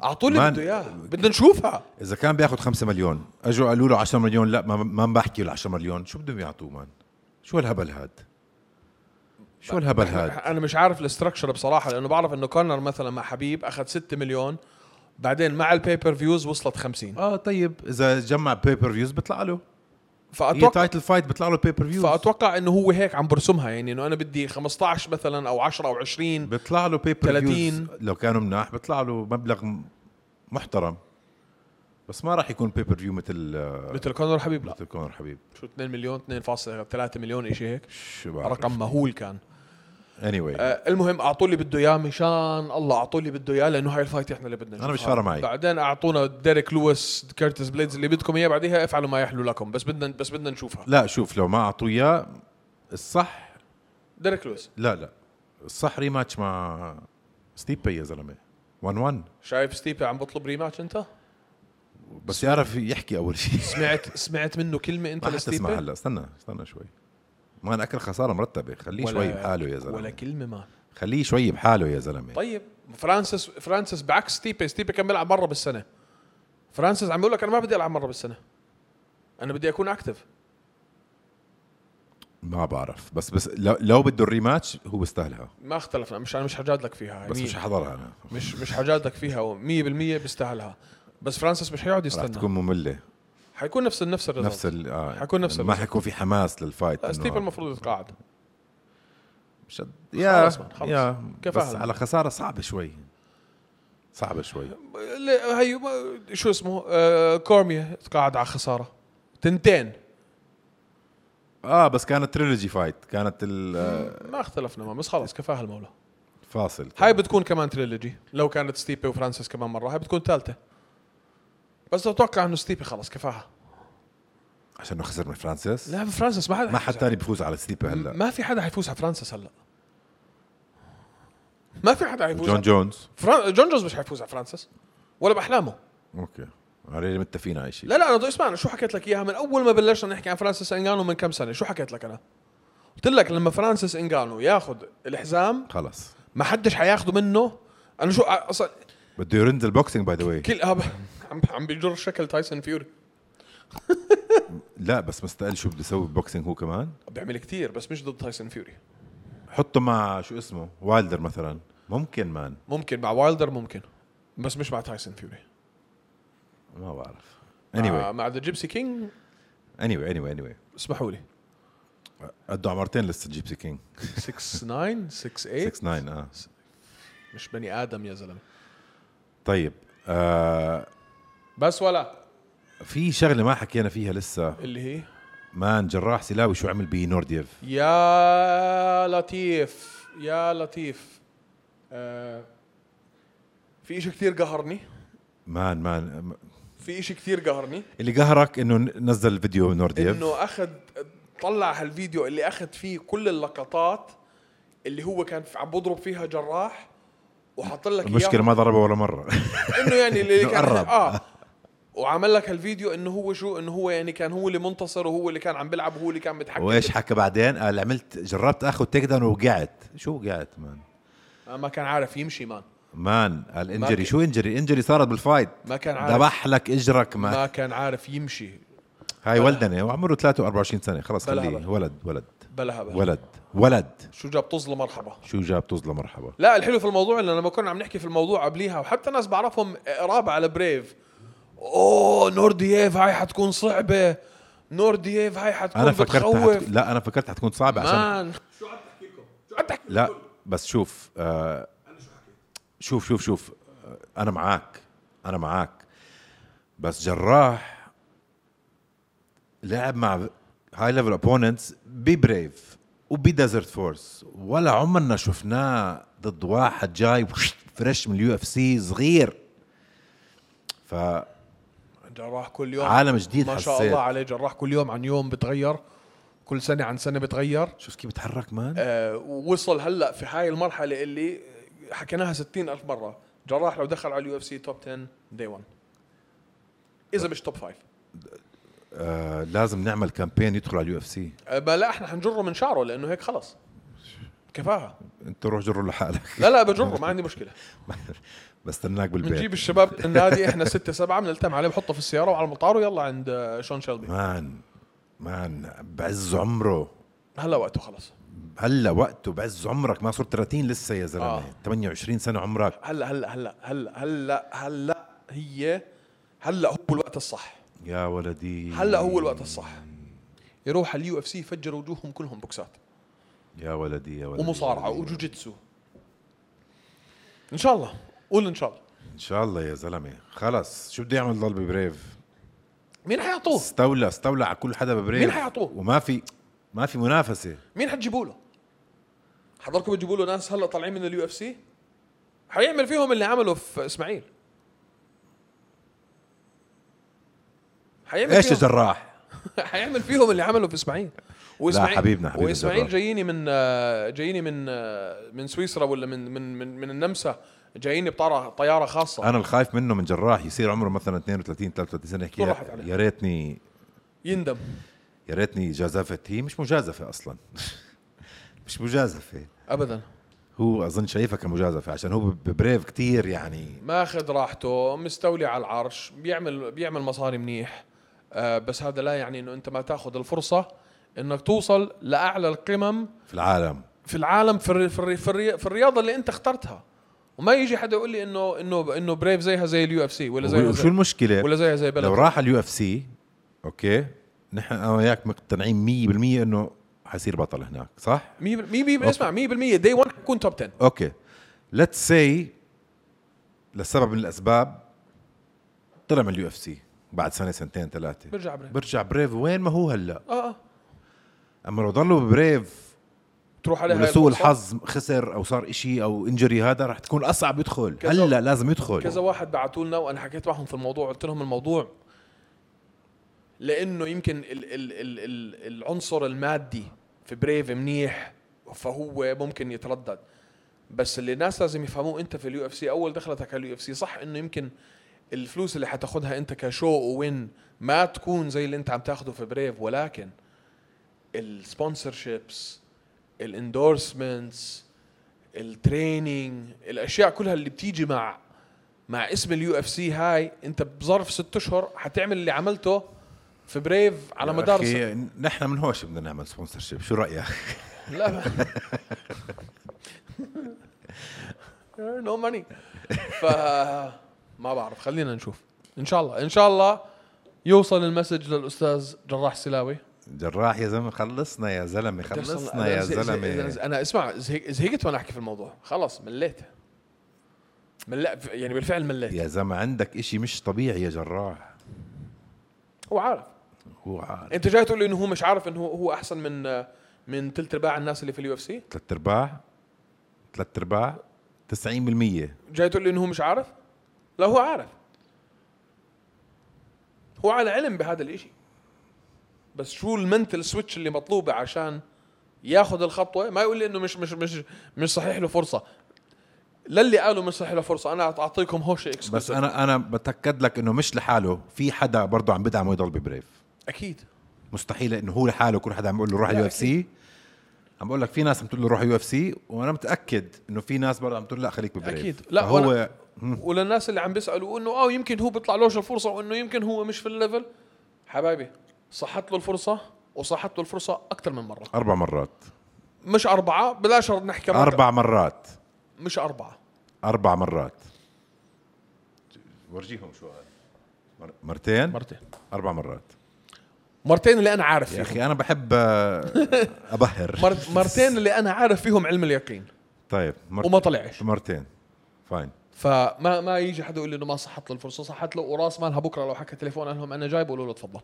S1: اعطوا اللي
S2: مان-
S1: بده اياه بدنا نشوفها
S2: اذا كان بياخذ 5 مليون اجوا قالوا له 10 مليون لا ما ما بحكي له 10 مليون شو بدهم يعطوه مان شو الهبل هاد شو الهبل هاد
S1: انا مش عارف الاستراكشر بصراحه لانه بعرف انه كونر مثلا مع حبيب اخذ 6 مليون بعدين مع البيبر فيوز وصلت 50
S2: اه طيب اذا جمع بيبر فيوز بيطلع له هي
S1: فاتوقع
S2: تايتل فايت بيطلع له بيبر فيوز
S1: فاتوقع انه هو هيك عم برسمها يعني انه انا بدي 15 مثلا او 10 او 20
S2: بيطلع له بيبر
S1: 30.
S2: فيوز لو كانوا مناح بيطلع له مبلغ م- محترم بس ما راح يكون بيبر فيو مثل آه،
S1: مثل كونر حبيب لا
S2: مثل كونر حبيب
S1: شو 2 مليون 2.3 مليون شيء هيك
S2: شو بعرف
S1: رقم مهول كان
S2: اني anyway.
S1: آه، المهم اعطوا اللي بده اياه مشان الله اعطوا اللي بده اياه لانه هاي الفايت احنا اللي بدنا
S2: أنا مش
S1: نشوفها.
S2: فارقة معي.
S1: بعدين اعطونا ديريك لويس كيرتس بليدز اللي بدكم اياه بعديها افعلوا ما يحلو لكم بس بدنا بس بدنا نشوفها
S2: لا شوف لو ما اعطوه اياه الصح
S1: ديريك لويس
S2: لا لا الصح ريماتش مع ستيبي يا زلمه 1 1
S1: شايف ستيبي عم بطلب ريماتش انت
S2: بس يعرف يحكي اول شيء
S1: سمعت سمعت منه كلمه انت
S2: (laughs) ما حتسمع
S1: لستيبي
S2: هلا استنى استنى شوي ما انا اكل خساره مرتبه خليه شوي بحاله يا
S1: ولا
S2: زلمه
S1: كلمه ما
S2: خليه شوي بحاله يا زلمه
S1: طيب فرانسيس فرانسيس بعكس ستيبي ستيبي كان بيلعب مره بالسنه فرانسيس عم بيقول لك انا ما بدي العب مره بالسنه انا بدي اكون اكتف
S2: ما بعرف بس بس لو, لو بده الريماتش هو بيستاهلها
S1: ما اختلفنا مش انا مش حجادلك فيها
S2: بس
S1: مية-
S2: مش حضرها انا
S1: مش مش حجادك فيها 100% بيستاهلها بس فرانسيس مش هيقعد
S2: راح
S1: يستنى
S2: تكون ممله
S1: حيكون نفس نفس الريزلت
S2: نفس ال آه
S1: حيكون نفس
S2: ما
S1: الريزلت.
S2: حيكون في حماس للفايت
S1: لا
S2: إنه
S1: ستيب المفروض يتقاعد
S2: شد يا
S1: خلص مان، خلص.
S2: يا
S1: كفى
S2: بس
S1: هلا.
S2: على خساره صعبه شوي صعبه شوي
S1: لا، هي ما- شو اسمه آه كورميا تقاعد على خساره تنتين
S2: اه بس كانت تريلوجي فايت كانت الفاصل
S1: ما اختلفنا ما بس خلص كفاها المولى هاي بتكون كمان تريلوجي لو كانت ستيبي وفرانسيس كمان مره هاي بتكون ثالثه بس اتوقع انه ستيبي خلص كفاها
S2: عشان إنه خسر من فرانسيس
S1: لا فرانسيس ما حدا
S2: ما حد
S1: حيفوز
S2: ثاني بيفوز على ستيبي
S1: على-
S2: هلا
S1: ما في حدا حيفوز على فرانسيس هلا ما في حدا حيفوز
S2: جون
S1: على-
S2: جونز
S1: فران... جون جونز مش حيفوز على فرانسيس ولا باحلامه
S2: اوكي عليه متفقين على شيء
S1: لا لا انا بدي- اسمع انا شو حكيت لك اياها من اول ما بلشنا نحكي عن فرانسيس انجانو من كم سنه شو حكيت لك انا قلت لك لما فرانسيس انجانو ياخذ الحزام
S2: خلص
S1: ما حدش حياخده منه انا شو اصلا
S2: بده يرند البوكسينج باي ذا واي
S1: كل هب- عم عم بيجر شكل تايسون فيوري
S2: لا بس مستقل شو بده يسوي بوكسينج هو كمان
S1: بيعمل كتير بس مش ضد تايسون فيوري
S2: حطه مع شو اسمه وايلدر مثلا ممكن مان
S1: ممكن مع وايلدر ممكن بس مش مع تايسون فيوري
S2: ما بعرف anyway
S1: مع, مع ذا جيبسي كينج
S2: anyway anyway anyway
S1: اسمحوا لي (laughs)
S2: قدوا على مرتين لسه جيبسي كينج
S1: 6 9 6 8
S2: 6 9 اه
S1: مش بني ادم يا زلمه
S2: طيب آه
S1: بس ولا
S2: في شغله ما حكينا فيها لسه
S1: اللي هي
S2: مان جراح سلاوي شو عمل بنورديف
S1: يا لطيف يا لطيف آه في شيء كثير قهرني
S2: مان مان
S1: في شيء كثير قهرني
S2: اللي قهرك انه نزل فيديو نورديف
S1: انه اخذ طلع هالفيديو اللي اخذ فيه كل اللقطات اللي هو كان عم بضرب فيها جراح وحط لك
S2: المشكله ما ضربه ولا مره
S1: انه يعني اللي
S2: إنه
S1: كان
S2: قرب.
S1: اه وعمل لك هالفيديو انه هو شو انه هو يعني كان هو اللي منتصر وهو اللي كان عم بيلعب وهو اللي كان
S2: (laughs)
S1: متحكم
S2: وايش حكى بعدين قال عملت جربت اخذ تيك داون ووقعت شو وقعت مان
S1: آه، ما كان عارف يمشي مان
S2: مان الانجري
S1: كان-
S2: شو انجري انجري صارت بالفايت
S1: ما كان عارف
S2: ذبح لك اجرك مان
S1: ما كان عارف يمشي
S2: هاي ولدنه وعمره 23 سنه خلص
S1: بلا
S2: خليه
S1: هبل.
S2: ولد ولد
S1: بلا هبل
S2: ولد ولد
S1: شو جاب طزله مرحبا
S2: شو جاب طزله مرحبا
S1: لا الحلو في الموضوع انه لما كنا عم نحكي في الموضوع قبليها وحتى ناس بعرفهم قرابه على بريف اوه نوردييف هاي حتكون صعبه نوردييف هاي حتكون
S2: انا فكرت
S1: بتخوف
S2: حت... لا انا فكرت حتكون صعبه عشان
S1: مان شو عم تحكي لكم؟ شو عم تحكي
S2: لا بس شوف آه... شوف شوف شوف آه، انا معاك انا معاك بس جراح لعب مع هاي ليفل اوبوننتس ببريف وبديزرت فورس ولا عمرنا شفناه ضد واحد جاي فريش من اليو اف سي صغير ف
S1: جراح كل يوم
S2: عالم جديد
S1: ما شاء
S2: حسيت.
S1: الله عليه جراح كل يوم عن يوم بتغير كل سنه عن سنه بتغير
S2: شوف كيف بتحرك مان
S1: آه، ووصل هلا في هاي المرحله اللي حكيناها 60 الف مره جراح لو دخل على اليو اف سي توب 10 دي 1 اذا مش توب 5
S2: آه لازم نعمل كامبين يدخل على اليو اف سي
S1: أه، بقى لا احنا حنجره من شعره لانه هيك خلص كفاها
S2: انت روح جره لحالك (laughs)
S1: لا لا بجره ما عندي مشكله
S2: بستناك بالبيت
S1: بنجيب الشباب من النادي احنا ستة سبعة بنلتم عليه بحطه في السيارة وعلى المطار ويلا عند آه، شون شيلبي
S2: مان مان بعز عمره
S1: هلا وقته خلص
S2: هلا وقته بعز عمرك ما صرت 30 لسه يا زلمه
S1: آه.
S2: آه. 28 سنه عمرك
S1: هلا هلا هلا هلا هلا هلا هي هلا هو الوقت الصح
S2: يا ولدي
S1: هلا هو الوقت الصح يروح على اليو اف سي يفجر وجوههم كلهم بوكسات
S2: يا ولدي يا ولدي
S1: ومصارعة وجوجيتسو ان شاء الله قول ان شاء الله
S2: ان شاء الله يا زلمه خلص شو بده يعمل ضل ببريف
S1: مين حيعطوه
S2: استولى استولى على كل حدا ببريف
S1: مين حيعطوه؟ إيه
S2: وما في ما في منافسه
S1: مين حتجيبوا له؟ حضركم بتجيبوا له ناس هلا طالعين من اليو اف سي؟ حيعمل فيهم اللي عمله في اسماعيل حيعمل
S2: ايش
S1: (laughs)
S2: يا
S1: فيهم
S2: جراح
S1: حيعمل فيهم اللي عمله في اسماعيل واسماعيل
S2: حبيبنا- حبيبنا
S1: واسماعيل
S2: الجراح.
S1: جاييني من آه، جاييني من آه، من سويسرا ولا من من من, من النمسا جاييني بطاره طياره خاصه
S2: انا الخايف منه من جراح يصير عمره مثلا 32 33 سنه يحكي
S1: طول راحت عليه.
S2: يا- يا ريتني
S1: يندم
S2: يا ريتني جازفت هي مش مجازفه اصلا (laughs) مش مجازفه
S1: ابدا
S2: هو اظن شايفها كمجازفه عشان هو ببريف كتير يعني
S1: ماخذ راحته مستولي على العرش بيعمل بيعمل مصاري منيح آه بس هذا لا يعني انه انت ما تاخذ الفرصه انك توصل لاعلى القمم
S2: في العالم
S1: في العالم في الري في الري في, الري في الرياضه اللي انت اخترتها وما يجي حدا يقول لي انه انه انه بريف زيها زي اليو اف سي ولا زيها
S2: وشو
S1: زي
S2: المشكله
S1: ولا زيها زي
S2: لو
S1: بلد
S2: راح اليو اف سي اوكي نحن انا وياك مقتنعين 100% انه حيصير بطل هناك صح؟
S1: 100% اسمع 100% دي 1 حكون توب 10
S2: اوكي ليتس سي لسبب من الاسباب طلع من اليو اف سي بعد سنه سنتين ثلاثه
S1: برجع بريف.
S2: برجع بريف وين ما هو هلا
S1: اه اه
S2: اما لو ضلوا بريف
S1: تروح على هاي
S2: ولسوء
S1: الفرصة.
S2: الحظ خسر او صار إشي او انجري هذا رح تكون اصعب يدخل
S1: كذا-
S2: هلا لازم يدخل
S1: كذا واحد بعثوا لنا وانا حكيت معهم في الموضوع قلت لهم الموضوع لانه يمكن ال ال ال ال العنصر المادي في بريف منيح فهو ممكن يتردد بس اللي الناس لازم يفهموه انت في اليو اف سي اول دخلتك على اليو اف سي صح انه يمكن الفلوس اللي حتاخدها انت كشو وين ما تكون زي اللي انت عم تاخده في بريف ولكن السبونسرشيبس الاندورسمنتس التريننج الاشياء كلها اللي بتيجي مع مع اسم اليو اف سي هاي انت بظرف ست اشهر حتعمل اللي عملته في بريف على
S2: يا
S1: مدار
S2: أخي،
S1: سنة.
S2: نحن من هوش بدنا نعمل سبونسر شيب شو رايك؟
S1: لا ما. نو ماني ف ما بعرف خلينا نشوف ان شاء الله ان شاء الله يوصل المسج للاستاذ جراح سلاوي
S2: جراح يا زلمه خلصنا يا زلمه خلصنا
S1: أنا
S2: يا
S1: ز- ز- ز-
S2: زلمه
S1: انا اسمع زهق- زهقت وانا احكي في الموضوع خلص مليت ملا يعني بالفعل مليت
S2: يا زلمه عندك إشي مش طبيعي يا جراح
S1: هو عارف
S2: هو عارف
S1: انت جاي تقول لي انه هو مش عارف انه هو هو احسن من من ثلث ارباع الناس اللي في اليو اف سي
S2: ثلاث ارباع ثلاث ارباع 90%
S1: جاي تقول لي انه هو مش عارف لا هو عارف هو على علم بهذا الاشي بس شو المنتل سويتش اللي مطلوبه عشان ياخذ الخطوه ما يقول لي انه مش مش مش مش صحيح له فرصه للي قالوا مش صحيح له فرصه انا اعطيكم هوشه
S2: بس
S1: اكسكلوسيف
S2: انا انا بتاكد لك انه مش لحاله في حدا برضه عم بدعمه يضل ببريف
S1: اكيد
S2: مستحيل انه هو لحاله يكون حدا عم بيقول له روح
S1: لا،
S2: يو اف سي عم بقول لك في ناس عم تقول له روح يو اف سي وانا متاكد انه في ناس برضه عم تقول لا خليك ببريف
S1: أكيد. لا،
S2: هو
S1: وللناس اللي عم بيسالوا انه اه يمكن هو بيطلع لوش الفرصه وانه يمكن هو مش في الليفل حبايبي صحت له الفرصه وصحت له الفرصه اكثر من مره
S2: اربع مرات
S1: مش اربعه بلاش نحكي رقم.
S2: اربع مرات
S1: مش اربعه
S2: اربع مرات ورجيهم شو قال مر- مرتين
S1: مرتين
S2: اربع مرات
S1: مرتين اللي انا عارف
S2: يا
S1: فيهم
S2: اخي انا بحب آه، ابهر
S1: مر... مرتين اللي انا عارف فيهم علم اليقين
S2: طيب مرت-
S1: وما طلعش
S2: مرتين فاين
S1: فما ما يجي حدا يقول لي انه ما صحت له الفرصه صحت له وراس مالها بكره لو حكى تليفون قال لهم انا جاي بقولوا له تفضل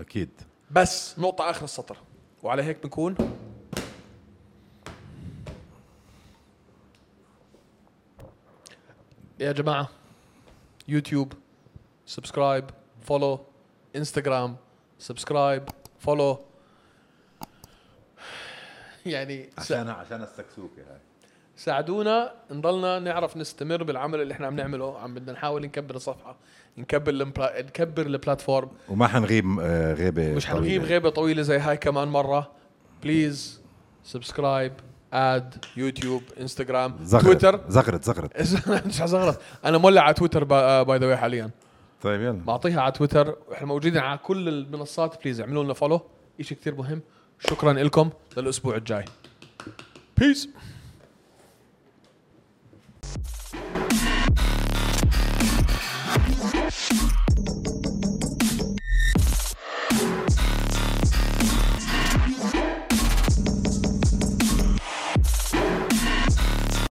S2: اكيد
S1: بس نقطه اخر السطر وعلى هيك بنكون يا جماعه يوتيوب سبسكرايب فولو انستغرام سبسكرايب فولو يعني
S2: عشان عشان السكسوكه هاي
S1: ساعدونا نضلنا نعرف نستمر بالعمل اللي احنا عم نعمله عم بدنا نحاول نكبر الصفحه نكبر المبلا... نكبر البلاتفورم
S2: وما حنغيب آه، غيبه
S1: مش
S2: طويلة.
S1: حنغيب غيبه طويله زي هاي كمان مره بليز سبسكرايب اد يوتيوب انستغرام (laughs)
S2: زغرت
S1: تويتر
S2: زغرت زغرت
S1: مش حزغرت انا مولع على آه، تويتر باي ذا واي حاليا
S2: طيب يلا
S1: بعطيها على تويتر احنا موجودين على كل المنصات بليز اعملوا لنا فولو شيء كثير مهم شكرا لكم للاسبوع الجاي بيس